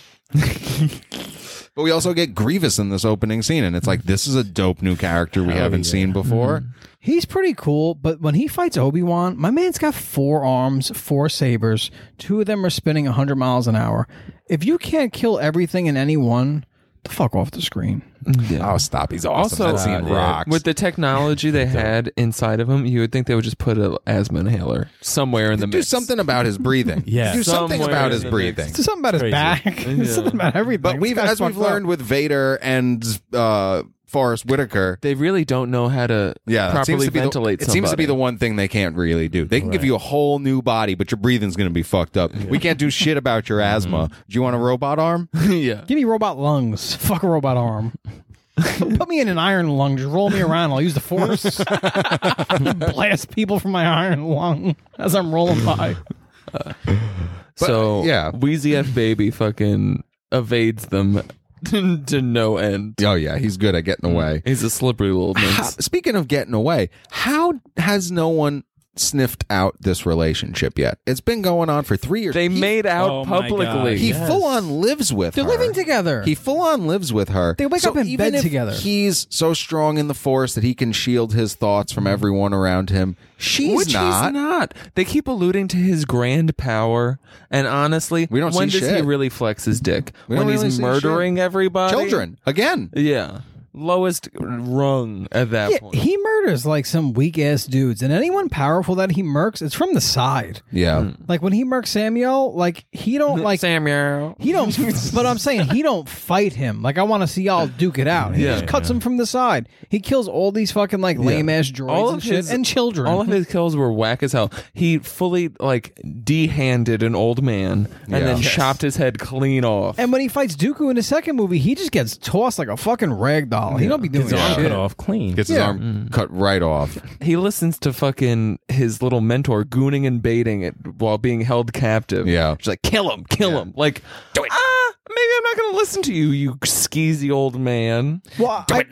But we also get Grievous in this opening scene, and it's like this is a dope new character Oh, we haven't seen before. He's pretty cool, but when he fights Obi Wan, my man's got four arms, four sabers. Two of them are spinning 100 miles an hour. If you can't kill everything in any one, the fuck off the screen. Oh, stop! He's awesome. Also, uh, that scene rocks. with the technology they had inside of him, you would think they would just put an asthma inhaler somewhere in the Do mix. something about his breathing. Yeah. do something Somewhere about in his the breathing. It's something about his Crazy. back. It's something about everything. But This we've, guy's as we've fucked up. learned with Vader and uh, Forrest Whitaker, They really don't know how to yeah, that properly seems to be ventilate. the, It seems to be the somebody. one thing they can't really do. They can give you a whole new body, but your breathing's going to be fucked up. We can't do shit about your asthma. Mm-hmm. Do you want a robot arm? yeah. Give me robot lungs. Fuck a robot arm. Put me in an iron lung. Just roll me around. I'll use the force. Blast people from my iron lung as I'm rolling by. so yeah. Wheezy F baby fucking evades them to no end. Oh yeah, he's good at Mm-hmm. getting away. He's a slippery little How- minx. speaking of getting away, how has no one sniffed out this relationship yet? It's been going on for three years. They he, made out Oh my publicly. God. he Yes. full on lives with. They're her. living together. He full on lives with her. They wake So up in even bed if together. He's so strong in the force that he can shield his thoughts from everyone around him. She's Which Mm-hmm. not. he's not. They keep alluding to his grand power, and honestly, We don't when see does he shit. really flex his dick? We when don't he's really see murdering everybody, Children again. Yeah, lowest rung at that Yeah, point. he murders like some weak ass dudes, and anyone powerful that he murks, it's from the side. Yeah. Like when he murks Samuel, like he don't like Samuel. he don't. but I'm saying he don't fight him. Like I want to see y'all duke it out. He Yeah. just cuts him from the side. He kills all these fucking like lame ass droids All and of shit his- and children. All of his kills were whack as hell. He fully like de-handed an old man and Yeah. then Yes. chopped his head clean off. and when he fights Dooku in the second movie, he just gets tossed like a fucking rag doll. He don't be doing His arm shit. cut off clean. Gets his arm cut right off. he listens to fucking his little mentor gooning and baiting it while being held captive. Yeah. she's like, "Kill him, kill him!" Like, do it. Ah, maybe I'm not gonna listen to you, you skeezy old man. Well, I,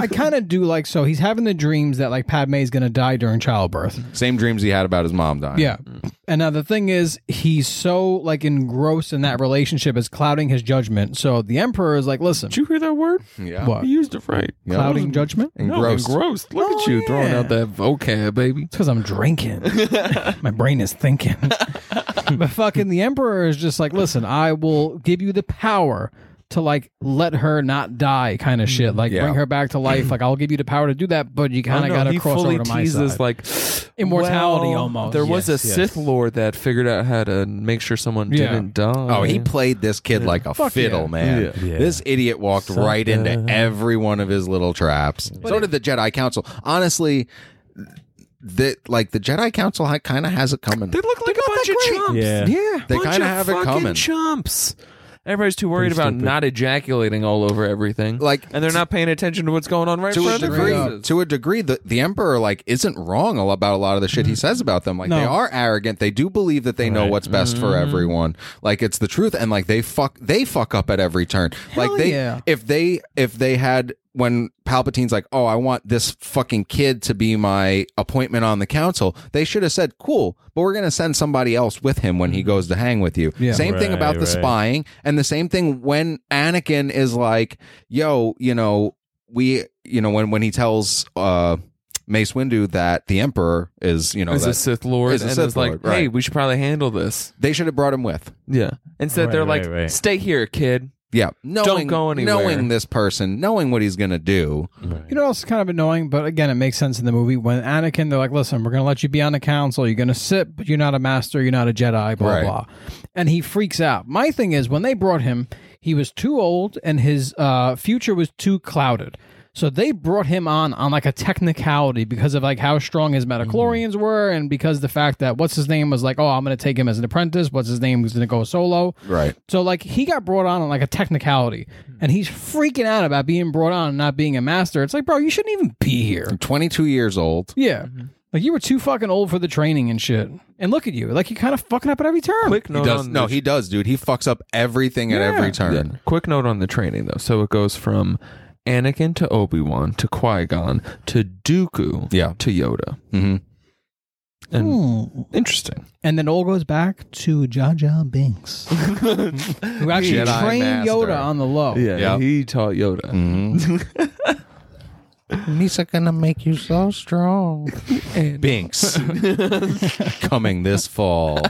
I kind of do like so. He's having the dreams that like Padme's gonna die during childbirth. Same dreams he had about his mom dying. Yeah. And now the thing is, he's so like engrossed in that relationship is clouding his judgment. So the emperor is like, listen, Did you hear that word? Yeah. what I used it right. Yeah. clouding judgment? Engrossed. Engrossed. Look Oh, at you throwing yeah. out that vocab, baby. It's because I'm drinking. My brain is thinking. but fucking the emperor is just like, listen, I will give you the power to like let her not die, kind of Mm, shit. Like Yeah. bring her back to life. Like I'll give you the power to do that, but you kind of I know, got to Oh, he cross fully over to my teases, side. like Immortality well, almost. There was a Yes, yes. Sith lord that figured out how to make sure someone Yeah. didn't die. Oh, he played this kid like a Fuck fiddle, yeah. man. Yeah. Yeah. This idiot walked right into every one of his little traps. so did the Jedi Council. Honestly, that like the Jedi Council kind of has it coming. They look like a bunch of chumps. Yeah. yeah. They Bunch kind of of have it fucking coming. Chumps. Everybody's too worried about not ejaculating all over everything, Like- and they're not paying attention to what's going on right in to a front of their degree, faces. to a degree, the, the emperor like isn't wrong about a lot of the shit he says about them. Like Mm. No. Mm. they are arrogant. They do believe that they know what's best for everyone. Like it's the truth, and like they fuck they fuck up at every turn. like they yeah. if they if they had when Palpatine's like, oh, I want this fucking kid to be my appointment on the council, they should have said, cool, but we're gonna send somebody else with him when he goes to hang with you. Mm. Yeah. Same thing Right, about the right. spying, and the same thing when Anakin is like, yo, you know, we you know when when he tells uh Mace Windu that the Emperor is you know As a that Sith Lord, Is a and Sith it's like, Lord, right. hey, we should probably handle this. they should have brought him with. Yeah. Instead, Right, they're right, like, right. stay here, kid. Yeah, knowing, go anywhere. Knowing this person, knowing what he's gonna do. You know what else is kind of annoying, but again, it makes sense in the movie. When Anakin, they're like, listen, we're going to let you be on the council. You're going to sit, but you're not a master. You're not a Jedi, blah, Right. blah. And he freaks out. My thing is, when they brought him, he was too old and his uh, future was too clouded. So they brought him on on like a technicality because of like how strong his metachlorians were and because the fact that what's his name was like, oh, I'm going to take him as an apprentice. What's his name was going to go solo. Right. So like he got brought on on like a technicality, and he's freaking out about being brought on and not being a master. It's like, bro, you shouldn't even be here. Twenty two years old. Yeah, like you were too fucking old for the training and shit. And look at you, like you kind of fucking up at every turn. Quick He note does on no, the he does, dude. He fucks up everything at every turn. Yeah. Quick note on the training though. So it goes from Anakin to Obi Wan to Qui Gon to Dooku Yeah. to Yoda. hmm And Hmm. interesting. And then all goes back to Jar Jar Binks, who actually Jedi trained master. Yoda on the low. Yeah. he taught Yoda. Misa gonna make you so strong. Binks coming this fall.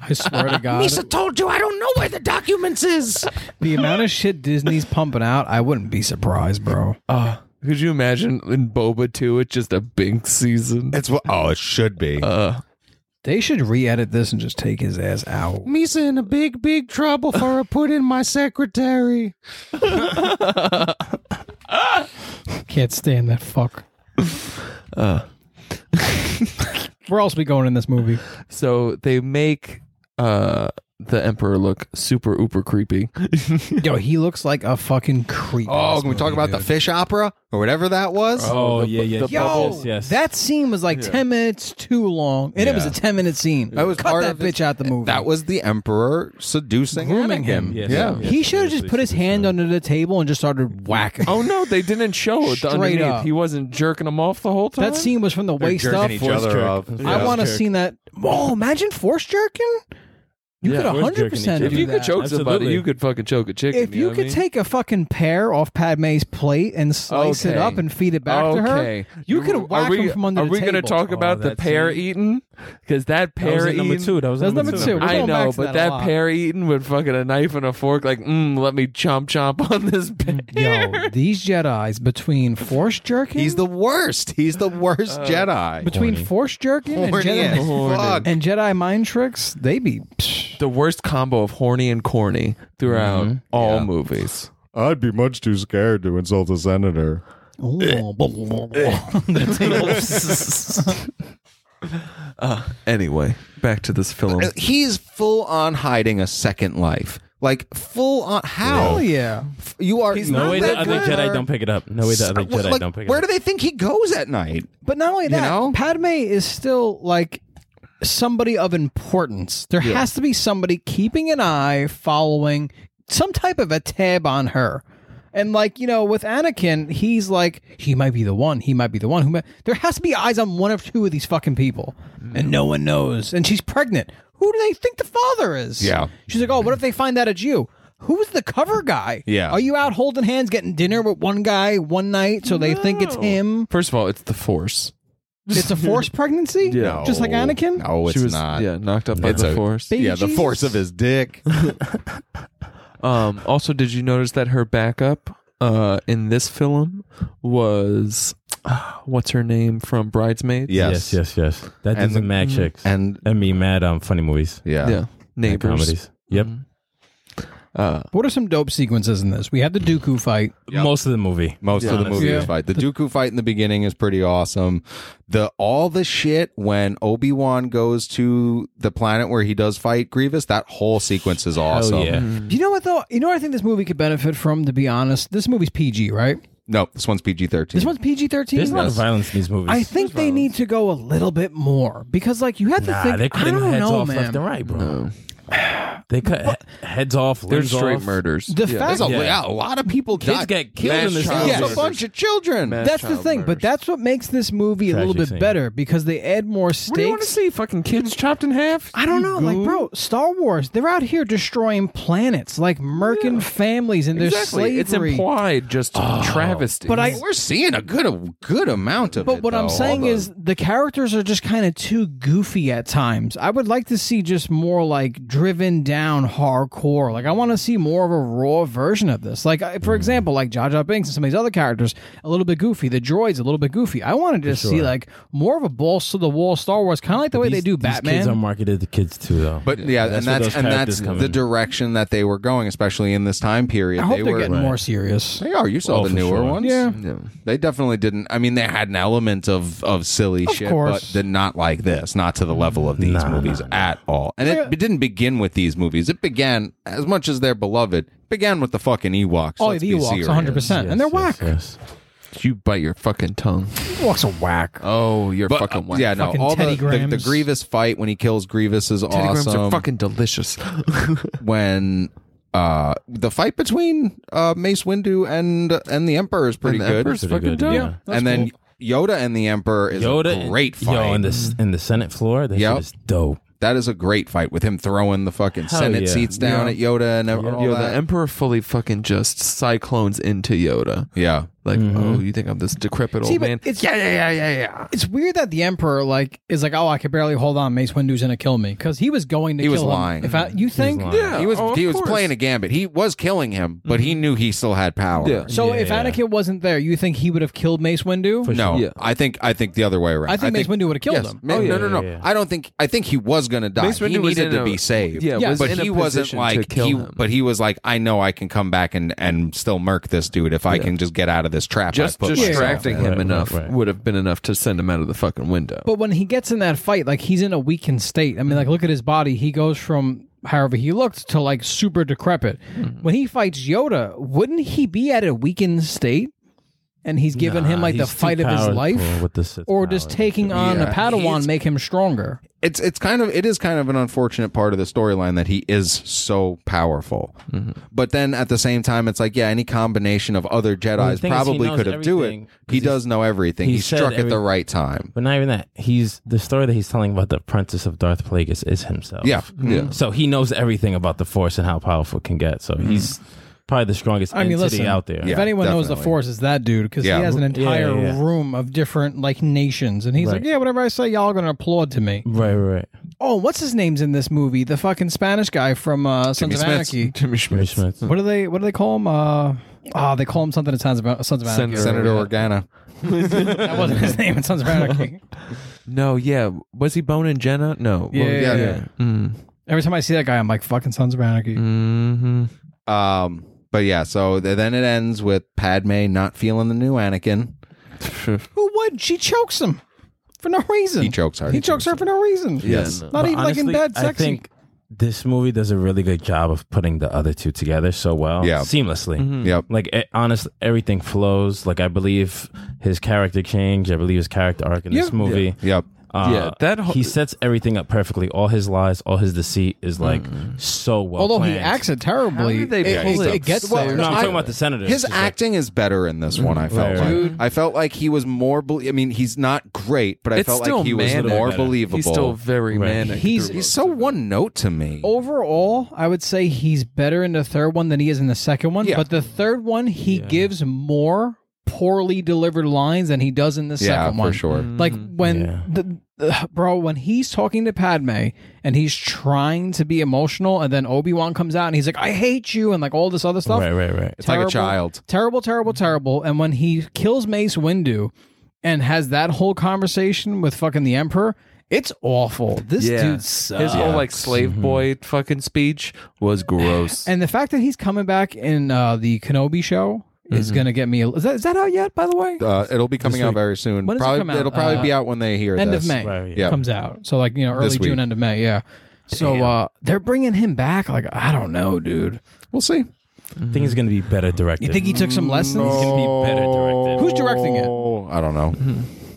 I swear to God, told you I don't know where the documents is. the amount of shit Disney's pumping out, I wouldn't be surprised, bro. Ah, could you imagine in Boba 2 it's just a Bink season? It's what oh it should be. They should re-edit this and just take his ass out. Misa in a big, big trouble for a put in my secretary. Can't stand that fuck. Uh. Where else we going in this movie? So they make uh the Emperor look super uber creepy. Yo, he looks like a fucking creep. Oh, can we talk about the fish opera or whatever that was? Oh, yeah, yeah. the yeah. Yo, Yes, yes. that scene was like ten minutes too long, and it was a Yeah. ten minute scene. That was Cut part that of his- eh, bitch out the movie. That was the emperor seducing Grooming him. Anakin. Yes, yeah. yes. he should have just seriously, put his hand under the table and just started whacking. oh no, they didn't show it Straight underneath. up. He wasn't jerking him off the whole time. that scene was from the waist up. jerking each other jerk. up. Force I Yeah. want to jerk. see that. Oh, imagine force jerking. You Yeah, could of could course hundred percent jerking do each If you that. could choke somebody, Absolutely. you could fucking choke a chicken. if you, you know could what I mean? take a fucking pear off Padme's plate and slice it Okay. up and feed it back to her, Okay. you could Are have whacked we- him from under Are the we table. gonna talk Oh, about the that's pear it. eating? Because that That was pear at number eating. two. That was That's at number number two. two. We're I going back know, to but that a that, lot. pear eating with fucking a knife and a fork, like, mm, let me chomp chomp on this pear. Yo, these Jedi's between force jerking, He's the worst. He's the worst Jedi. between Horny. force jerking and Horny as Jedi, fuck. and Jedi mind tricks, they be. psh. The worst combo of horny and corny throughout all movies. I'd be much too scared to insult a senator. oh, Uh, Anyway, back to this film. Uh, He's full on hiding a second life. Like full on how Hell yeah! F- you are. He's you not No way the that other good. Jedi don't pick it up. No way the other Jedi like, don't pick it Where do up. they think he goes at night? But not only that, know? Padme is still like somebody of importance. There has to be somebody keeping an eye, following some type of a tab on her. And like you know, with Anakin, he's like he might be the one. He might be the one who. Might, there has to be eyes on one of two of these fucking people, and no one knows. And she's pregnant. Who do they think the father is? Yeah. She's like, oh, what if they find out it's you? Who's the cover guy? Yeah. Are you out holding hands, getting dinner with one guy one night, so they think it's him? First of all, it's the force. It's a forced pregnancy? Yeah. Just like Anakin? No, it's she was not. yeah knocked up by It's the a- force. Baby yeah, the Jesus. force of his dick. Um, also, did you notice that her backup uh, in this film was uh, what's her name from Bridesmaids? Yes, Yes, yes, yes. That And is a the- mad chicks. And, and me mad um funny movies. yeah, yeah, and neighbors. comedies. Yep. Uh, What are some dope sequences in this? We had the Dooku fight. Yep. Most of the movie. most Yeah. of the movie Yeah. is fight. The Dooku fight in the beginning is pretty awesome. The all the shit when Obi Wan goes to the planet where he does fight Grievous. That whole sequence is awesome. Oh yeah. You know what though? You know what I think this movie could benefit from, to be honest? This movie's PG, right? No, this one's PG thirteen. This one's PG There's thirteen. a lot of violence in these movies. I think they need to go a little bit more. Because like you have to nah, think they're I cutting don't heads know, off left and man. right, bro. They cut he- heads off. they're There's straight off. murders. The yeah. fact There's a, Yeah. yeah, a lot of people Kids died. get killed in this Yes, movie. a bunch of children. Mass That's the child thing, but murders. that's what makes this movie a little Tragic bit scene. better because they add more What do you want to stakes. see? Fucking kids chopped in half? I don't know, like bro, Star Wars, they're out here destroying planets, like murking families and their Exactly. slavery. Oh. It's implied just travesty. But I- We're seeing a good a good amount of. But it, what I'm though. saying All the- is the characters are just kind of too goofy at times. I would like to see just more like driven down hardcore. Like I want to see more of a raw version of this. Like I, for example, like Jar Jar Binks and some of these other characters, a little bit goofy. The droids a little bit goofy. I wanted to see like more of a balls to the wall Star Wars, kind of like the way they do Batman. These kids are marketed to kids too, though. But yeah, and where that's those and characters that's come the in. direction that they were going, especially in this time period. I hope they they're were getting more serious. They are. You saw Oh, the for newer sure. ones. Yeah. They definitely didn't. I mean, they had an element of of silly shit, but course. did not like this, not to the level of these movies at all. And it, it didn't begin with these movies. It began as much as they're beloved. it Began with the fucking Ewoks. Oh, Let's the be Ewoks, serious. 100, percent Yes, and they're yes, whack. yes. you bite your fucking tongue. Ewoks are whack. Oh, you're But fucking uh, yeah, no, Fucking all the, Teddy the, the Grahams. Grievous fight when he kills Grievous is Telegrams awesome. are fucking delicious. when uh, the fight between uh, Mace Windu and and the Emperor is pretty And the good. Emperor's Pretty fucking good, dope. yeah. and then Yoda and the Emperor is Yoda, a great fight. Yo, in the in the Senate floor, that Yep. shit is dope. That is a great fight with him throwing the fucking Hell Senate yeah. seats down at Yoda and all Yo, the that. Emperor fully fucking just cyclones into Yoda. yeah. Like, oh, you think I'm this decrepit See, old but man? it's- yeah, yeah, yeah, yeah, yeah. It's weird that the emperor like is like, oh, I could barely hold on. Mace Windu's gonna kill me because he was going to. He kill was him. lying. If I, you think, lying. Yeah. He was Oh, of he was course. Mm-hmm. playing a gambit. He was killing him, but he knew he still had power. Yeah. so, Yeah, if yeah. Anakin wasn't there, you think he would have killed Mace Windu? No, Yeah. I think I think the other way around. I think Mace Windu would have killed yes, him. Ma- Oh, yeah, no, no, no. yeah, yeah. I don't think. I think he was going to die. Mace he Windu was needed in to a- be saved. yeah, was but in a he wasn't position to like kill he. him. But he was like, I know I can come back and and still murk this dude if I can just get out of this trap. Just I put myself distracting in. him Right, enough right, right. would have been enough to send him out of the fucking window. But when he gets in that fight, like he's in a weakened state. I mean, like look at his body. He goes from however he looked to like super decrepit. When he fights Yoda, wouldn't he be at a weakened state? and he's giving him like the he's fight too of his powerful life, with the Sith or does powers. taking on Yeah. a Padawan He's- make him stronger? it's it's kind of it is kind of an unfortunate part of the storyline that he is so powerful. Mm-hmm. But then at the same time, it's like yeah, any combination of other Jedi's thing is, he probably knows could have do it. everything, 'cause He he's- does know everything. he He, said struck at the every- right time. But not even that. He's the story that he's telling about the apprentice of Darth Plagueis is himself. Yeah, Mm-hmm. yeah. So he knows everything about the Force and how powerful it can get. So he's probably the strongest Mm-hmm. I mean, entity listen, out there. Yeah. if anyone knows the definitely. Force, it's that dude because Yeah. he has an entire yeah, yeah. room of different like nations, and he's like, Right. yeah, whatever I say, y'all are gonna applaud to me. Right, right. Oh, what's his name's in this movie? The fucking Spanish guy from uh, Sons Jimmy of Smits. Anarchy. Jimmy Jimmy Schmidt. Smith. What do they? What do they call him? Uh, oh, they call him something. It sounds about Sons of Anarchy. Senator Organa. That wasn't his name. It sounds of Anarchy. No, yeah. Was he boning Jenna? No. Yeah, yeah, yeah. Mm. Every time I see that guy, I'm like, fucking Sons of Anarchy. Mm-hmm. Um, but yeah, so th- then it ends with Padme not feeling the new Anakin. Who would? She chokes him for no reason. He chokes her. He chokes her for no reason. Yes. Not even like in bed, sexy. I think this movie does a really good job of putting the other two together so well, Yeah. seamlessly. Mm-hmm. Yep. Like it, honestly, everything flows. Like I believe his character change. I believe his character arc in Yeah. this movie. Yep. Uh, Yeah, that whole- he sets everything up perfectly. All his lies, all his deceit is like so well. Mm. Although he planned. acts it terribly, How do they it, pull it- it? it gets Well, there. No, I'm I- talking about the senator. His acting is better in this one. I felt Right, like. right. I felt like he was more. Bel- I mean, he's not great, but I It's felt still like he was manic. more He's still believable. He's still very Right. manic. He's- through He's most so of it. one note to me. Overall, I would say he's better in the third one than he is in the second one. Yeah. But the third one, he gives more poorly delivered lines than he does in the yeah, second for one. sure. Like when Yeah. the, the- bro, when he's talking to Padme and he's trying to be emotional, and then Obi Wan comes out and he's like, "I hate you," and like all this other stuff. Right, right, right. It's like a child. Terrible, terrible, terrible. And when he kills Mace Windu and has that whole conversation with fucking the Emperor, it's awful. This Yeah. dude His sucks. whole like slave boy fucking speech was gross. and the fact that he's coming back in uh, the Kenobi show is Mm-hmm. gonna get me. Is that is that out yet? By the way, Uh, it'll be coming out very soon. When does it probably, come out? will probably Uh, be out when they hear end this. of May Right, Yeah. comes out. So like you know early This week. June, end of May. Yeah. So uh, they're bringing him back. Like I don't know, dude. We'll see. I think he's gonna be better directed. Mm-hmm. You think he took some lessons? be better directed? Hmm. Who's directing it? Oh, I don't know.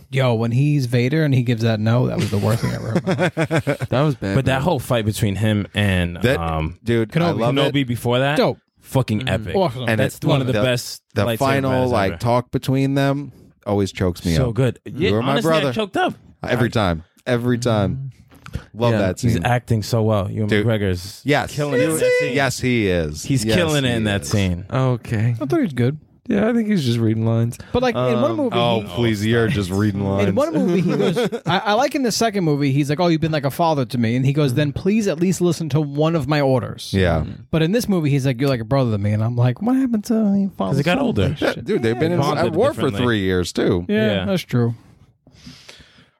Yo, when he's Vader and he gives that no, that was the worst thing I ever. heard. in my life. that was bad. But that whole fight between him and That- um, Dude, I Kenobi, love it. Kenobi before that, Dope. Mm-hmm. fucking epic. Awesome. And That's it- one of the, the- best. The lightsaber final battles like ever. talk between them always chokes me so up good. You Yeah, were my honestly, I brother. choked up. every time. Every time. Love Mm-hmm. Yeah, that He's scene. acting so well. Ewan Dude. McGregor's yes, killing it in that scene. Yes, he is. he's Yes, killing it he in that is. scene. okay. I thought he was good. Yeah, I think he's just reading lines. But like in one Um, movie, Oh, he, please, you're just reading lines. in one movie he goes. I, I like in the second movie he's like, "Oh, you've been like a father to me," and he Mm-hmm. goes, "Then please at least listen to one of my orders." yeah, But in this movie he's like, "You're like a brother to me," and I'm like, "What happened to father?" Because it got son?" older. dude, they've been in bonded at war for differently. three years too. Yeah, Yeah. that's true.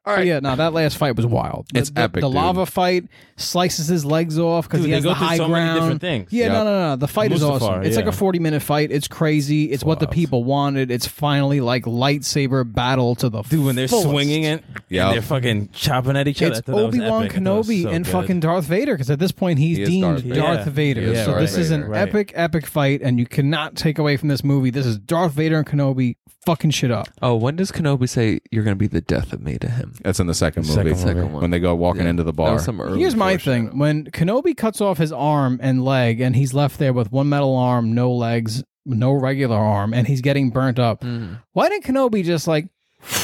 All right. Yeah, no, that last fight was wild. The- It's the, epic, The dude. lava fight slices his legs off because Dude, he they has go the through high so many ground. different things. Yeah, no, Yep. no, no. The fight is Mustafar, awesome. It's like yeah. a forty-minute fight. It's crazy. It's what the people wanted. It's finally like lightsaber battle to the Dude, when they're fullest. swinging it, Yeah. and they're fucking chopping at each other. It's I thought that was Obi Wan epic. I thought that was Kenobi so and good. fucking Darth Vader because at this point he's He is deemed Darth Darth Vader. Vader. Yeah. He is so Darth this is an Vader. Right. epic, epic fight, and you cannot take away from this movie. This is Darth Vader and Kenobi fucking shit up. Oh, when does Kenobi say you're going to be the death of me to him? That's in the second movie. Second one. Second one. When they go walking Yeah. into the bar. That was some early Here's my foreshadowing. thing: when Kenobi cuts off his arm and leg, and he's left there with one metal arm, no legs, no regular arm, and he's getting burnt up. Mm. Why didn't Kenobi just like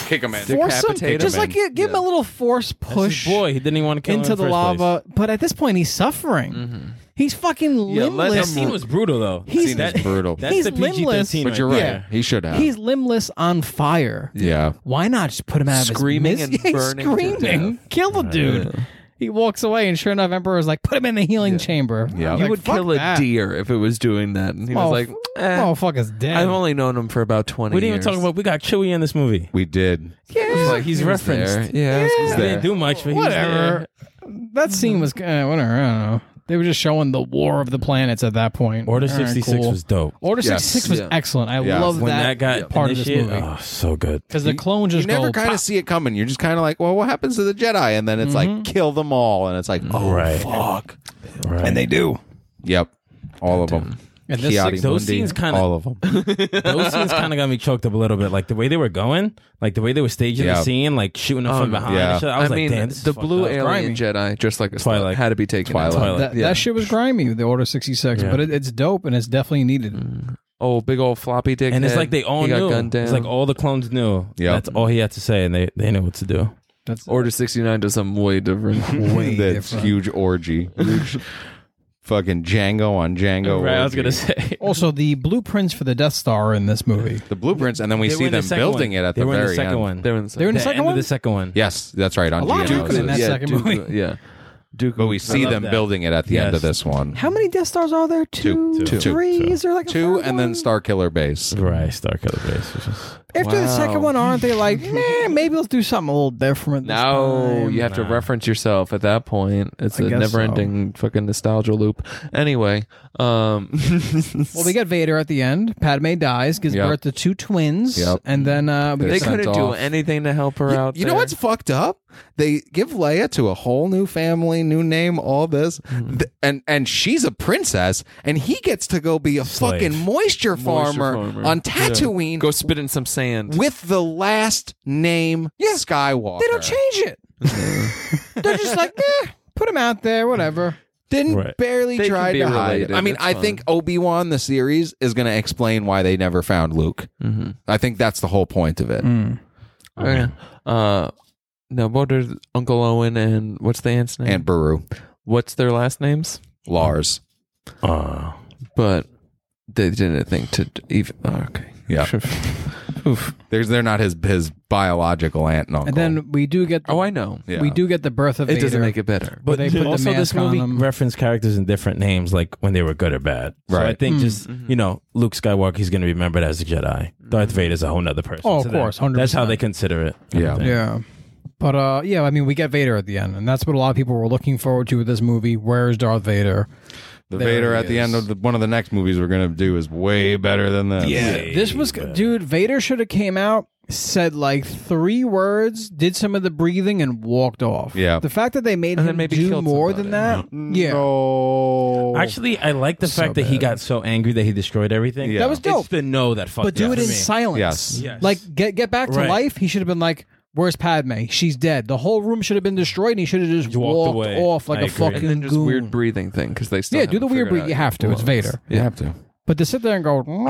Kick him in. force him? Decapitate him Just in. like give him a little force That's his push boy, he didn't even want to kill him in into the first Mm-hmm. lava. But at this point, he's suffering. He's fucking Yeah, let Place. That limbless. scene was brutal though. He's- Scene is That- brutal. That's He's the PG limbless. thirteen. but you're right. Yeah. He should have. He's limbless on fire. yeah. Why not just put him out of Screaming his and misery? Yeah, he's burning to screaming, kill the dude. He walks away, and sure enough, Emperor's like, "Put him in the healing chamber." Yeah. I'm You like, would "Fuck kill a that." deer if it was doing that. And he Oh, was like, f- eh, motherfucker's dead. I've only known him for about 20 We didn't even years. talk about. We got Chewie in this movie. We did. It's like, He's he was referenced. there. Yeah. he's He didn't do much, but he was whatever. That scene was uh, whatever. I don't know. They were just showing the war of the planets at that point. there. Order All right, sixty six cool. was dope. Order Yes. sixty six was Yeah. excellent. I Yeah. love When that, that, got part of this initiated, movie oh, so good. because the clone You just never go, kind "Oh, "Pop." of see it coming. You're just kind of like, well, what happens to the Jedi? And then it's like, kill them all. And it's like, oh, Right. fuck. Right. and they do. Yep. All of them. And this Ki-Adi six- those Mundi, scenes kinda- all of them. Those scenes kind of got me choked up a little bit. Like the way they were going, like the way they were staging Yeah. the scene, like shooting them Um, from behind. yeah. And shit. I was like, mean, damn, this is the fucked blue up. alien Grimy. Jedi, just like a Twilight. Twilight, had to be taken out. Twilight. that, Yeah. that shit was grimy. The Order sixty six, Yeah. but it, it's dope and it's definitely needed. Oh, big old floppy dick. And it's like they all he got knew. gunned down. It's like all the clones knew. Yeah. That's all he had to say, and they, they knew what to do. oh. That's Order sixty nine does something way different. way That's different. huge orgy. Huge fucking Django on Django. right, I was orgy. gonna say. Also, the blueprints for the Death Star are in this movie. the blueprints, and then we They were see in the them second building one. it at they the were in very the second end. one. They're in the They're in The the second end of one. the second one. Yes, that's right. On A lot of Geonosis. Dooku in that yeah, second Dooku- movie. Yeah, Dooku. But we see love them that. building it at the end Yes. of this one. How many Death Stars are there? Two. Two, Two. Two. three? Two. Is there like a Two third and then one? Star Killer Base. Right, Star Killer Base. which is- After the second Wow. one, aren't they like, nah, maybe let's do something a little different? This No, time. you have to Nah. reference yourself at that point. It's I a guess never-ending fucking nostalgia loop. Anyway, um, Well, we get Vader at the end. Padme dies, gives Yep. birth to two twins, Yep. and then uh, They we get they sent couldn't do off. anything to help her You, out. you know there. what's fucked up? They give Leia to a whole new family, new name, all this, Th- and and she's a princess, and he gets to go be a Slave. fucking moisture farmer, farmer. on Yeah. Tatooine Go spit in some sand. with the last name Yeah. Skywalker. They don't change it. They're just like, eh, put him out there, whatever. Didn't Right. barely They can try be to hide. it. related, I mean, that's I fine. think Obi Wan the series is going to explain why they never found Luke. Mm-hmm. I think that's the whole point of it. Yeah. Uh, now what are Uncle Owen and what's the aunt's name? And Baru, what's their last names? Lars, Uh, But they didn't think to even. oh, okay. Yeah. Sure. Oof. There's they're not his his biological aunt and uncle. And then we do get the, Oh, I know. Yeah. we do get the birth of It Vader. doesn't make it better. But they put the also, this mask on movie them. referenced characters in different names, like when they were good or bad. So I Right. think Mm. just you know, Luke Skywalker, he's going to be remembered as a Jedi. Darth Vader's a whole nother person. Oh, of to them. course, 100%. That's how they consider it. I Yeah. think. Yeah. But uh, yeah, I mean, we get Vader at the end, and that's what a lot of people were looking forward to with this movie. Where's Darth Vader? the there Vader he at the is. end of the, one of the next movies we're going to do is way better than this. Yeah. This was, Vader. dude, Vader should have came out, said like three words, did some of the breathing, and walked off. Yeah. Mm-hmm. The fact that they made And then him maybe do killed more somebody. than that, yeah. No. Actually, I like the So fact that he bad. got so angry that he destroyed everything. Yeah. That was It's dope. the no that fucked But do up it for in me. silence. Yes. Yes. Like get get back to Right. life. He should have been like, "Where's Padme? She's dead." The whole room should have been destroyed, and he should have just You walked walked, away. off like I a agree. fucking and then just goon. weird breathing thing because they still Yeah, do the haven't weird figured breath. out You have to. It's who Vader. you have to. But to sit there and go, "Mm,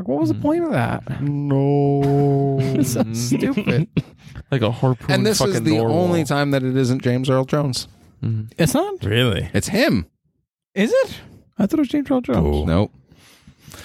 like, what Mm-hmm. was the point of that? No. It's so stupid. was. Like a harpoon. and this fucking is the narwhal. only time that it isn't James Earl Jones. It's not. really? It's him. Is it? I thought it was James Earl Jones. Nope.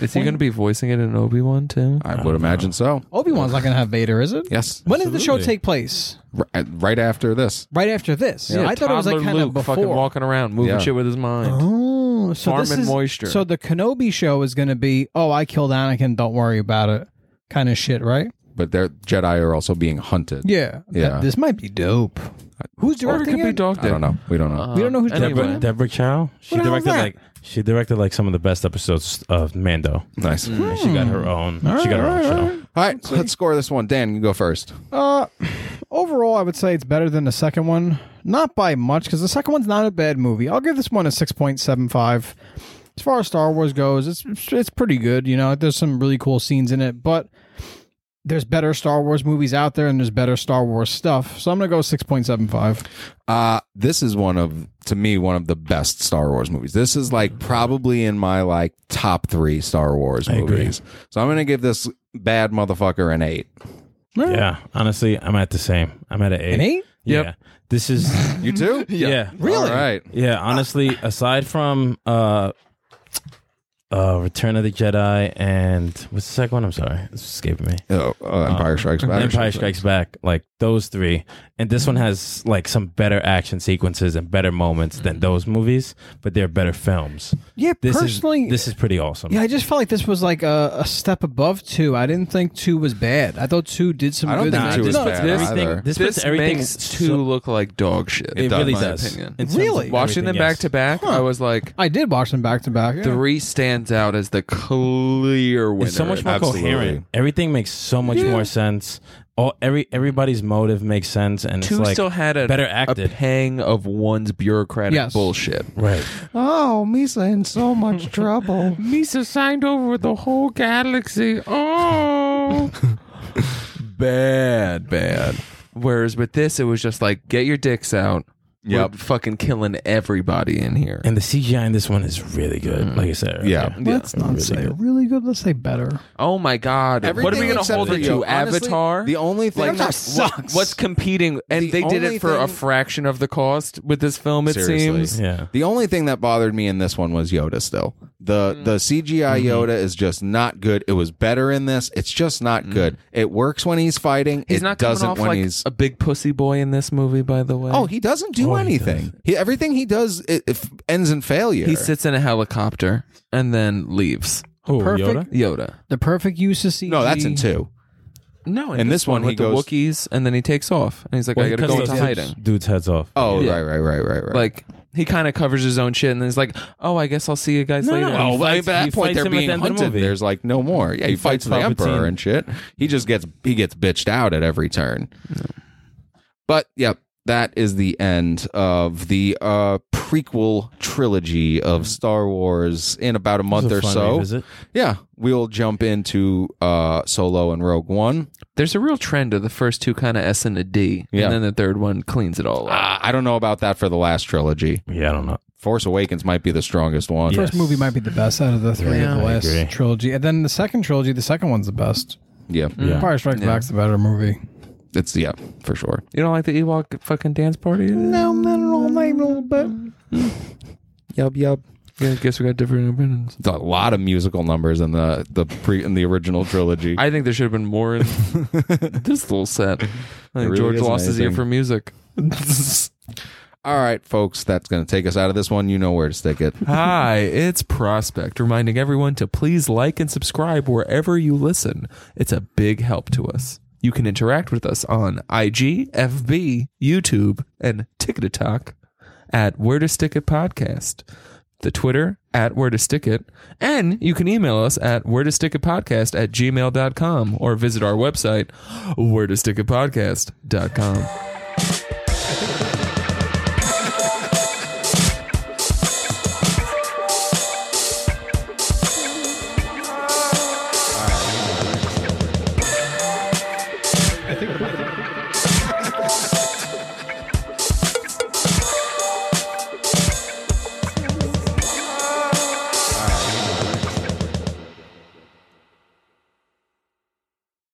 Is he going to be voicing it in Obi Wan too? I, would imagine so. Obi Wan's not gonna have Vader, is it? Yes. When does the show Absolutely. take place? Right, right after this. Right after this. I thought it was like Toddler kind Luke of before. fucking walking around, moving Yeah. shit with his mind. Oh, so this Farming is, moisture. So the Kenobi show is going to be, oh, I killed Anakin, don't worry about it, kind of shit, right? But their Jedi are also being hunted. Yeah, Yeah. Th- this might be dope. Who's Or it directing could be it? Dog I Day. don't know. We don't know. Uh, We don't know who's anyway. Deborah, Deborah Chow. She What the hell is directed that? like she directed like some of the best episodes of Mando. nice. And she got her own. she got her own show. All right, let's score this one. Dan, you go first. Uh, overall, I would say it's better than the second one. Not by much, because the second one's not a bad movie. I'll give this one a 6.75. As far as Star Wars goes, it's it's pretty good. You know, there's some really cool scenes in it, but there's better Star Wars movies out there, and there's better Star Wars stuff. So I'm gonna go 6.75. Uh, this is one of, to me, one of the best Star Wars movies. This is like probably in my like top three Star Wars agree. movies. So I'm gonna give this bad motherfucker an eight. Yeah, honestly, I'm at the same. I'm at an eight. An eight? Yeah. Yep. This is You too? yeah. Really? All right. Yeah, honestly, aside from uh uh Return of the Jedi and what's the second one? I'm sorry. It's escaping me. Oh, uh, Empire Strikes Back. Empire Strikes Back, like those three. And this one has like some better action sequences and better moments than those movies, but they're better films. Yeah, This personally, is this is pretty awesome. yeah, I just felt like this was like a, a step above two. I didn't think two was bad. I thought two did some I don't good think things. two this is puts bad everything- either. This, puts This everything makes two so- look like dog shit. it does, really in my does. opinion. In terms of Really? Watching them everything, back yes. to back, I was like I did watch them back to back. yeah. three standout stands out as the clear winner. It's so much more Absolutely. coherent. Everything makes so much more sense. All every everybody's motive makes sense, and Two it's like still had a, better a acted. pang of one's bureaucratic Yes. bullshit. right. Oh, Misa in so much trouble. Misa signed over the whole galaxy. Oh, bad, bad. Whereas with this, it was just like, get your dicks out. Yep. We're fucking killing everybody in here. And the CGI in this one is really good. Like I said, earlier. Yeah. Yeah. Let's not say really good. Let's say better. Oh my god! what are we Everything gonna except hold for it you. to? Honestly, Avatar. the only thing Avatar that- sucks. What's competing? And The they did only it for a thing- fraction of the cost with this film. It Seriously. seems. yeah. The only thing that bothered me in this one was Yoda still. The Mm-hmm. the CGI Yoda is just not good. It was better in this. It's just not good. It works when he's fighting. Mm. He's it not coming doesn't off when like he's a big pussy boy in this movie, by the way. Oh, he doesn't do Oh, he anything. He, everything he does it, it ends in failure. he sits in a helicopter and then leaves. Who, perfect- Yoda? Yoda. The perfect use of CG. No, that's in 2. No, In this one, with he the goes- Wookiees, and then he takes off, and he's like, "I gotta go Because into those hiding." dudes- Dude's heads off. Oh, Yeah. right, right, right, right, right. Like he kind of covers his own shit, and then he's like, "Oh, I guess I'll see you guys No, later." no, Oh, well, he fights- at he that point fights they're him at being the end of the hunted. movie. There's like no more. Yeah, he, He fights, fights the emperor Palpatine. and shit. He just gets he gets bitched out at every turn. But yep, that is the end of the uh, prequel trilogy of Star Wars. In about a month It was a or fun so, revisit. yeah, we'll jump into uh, Solo and Rogue One. There's a real trend of the first two kind of S and a D, Yeah. and then the third one cleans it all up. Uh, I don't know about that for the last trilogy. Yeah, I don't know. Force Awakens might be the strongest one. Yeah. First movie might be the best out of the three Yeah, of the I last agree. trilogy, and then the second trilogy, the second one's the best. Yeah, Yeah. Empire Strikes Back's the better movie. it's yeah for sure. You don't like the Ewok fucking dance party? No, not at all. Not even but Yub yub. yeah, I guess we got different opinions. a lot of musical numbers in the the pre in the original trilogy. I think there should have been more in this little set. I think really George is lost his ear amazing. for music. All right, folks, that's going to take us out of this one. You know where to stick it. Hi, it's Prospect, reminding everyone to please like and subscribe wherever you listen. It's a big help to us. You can interact with us on IG, FB, YouTube, and TikTok at Where to Stick It Podcast, the Twitter at Where to Stick It, and you can email us at Where to Stick It Podcast at gmail.com or visit our website, Where to Stick It Podcast.com.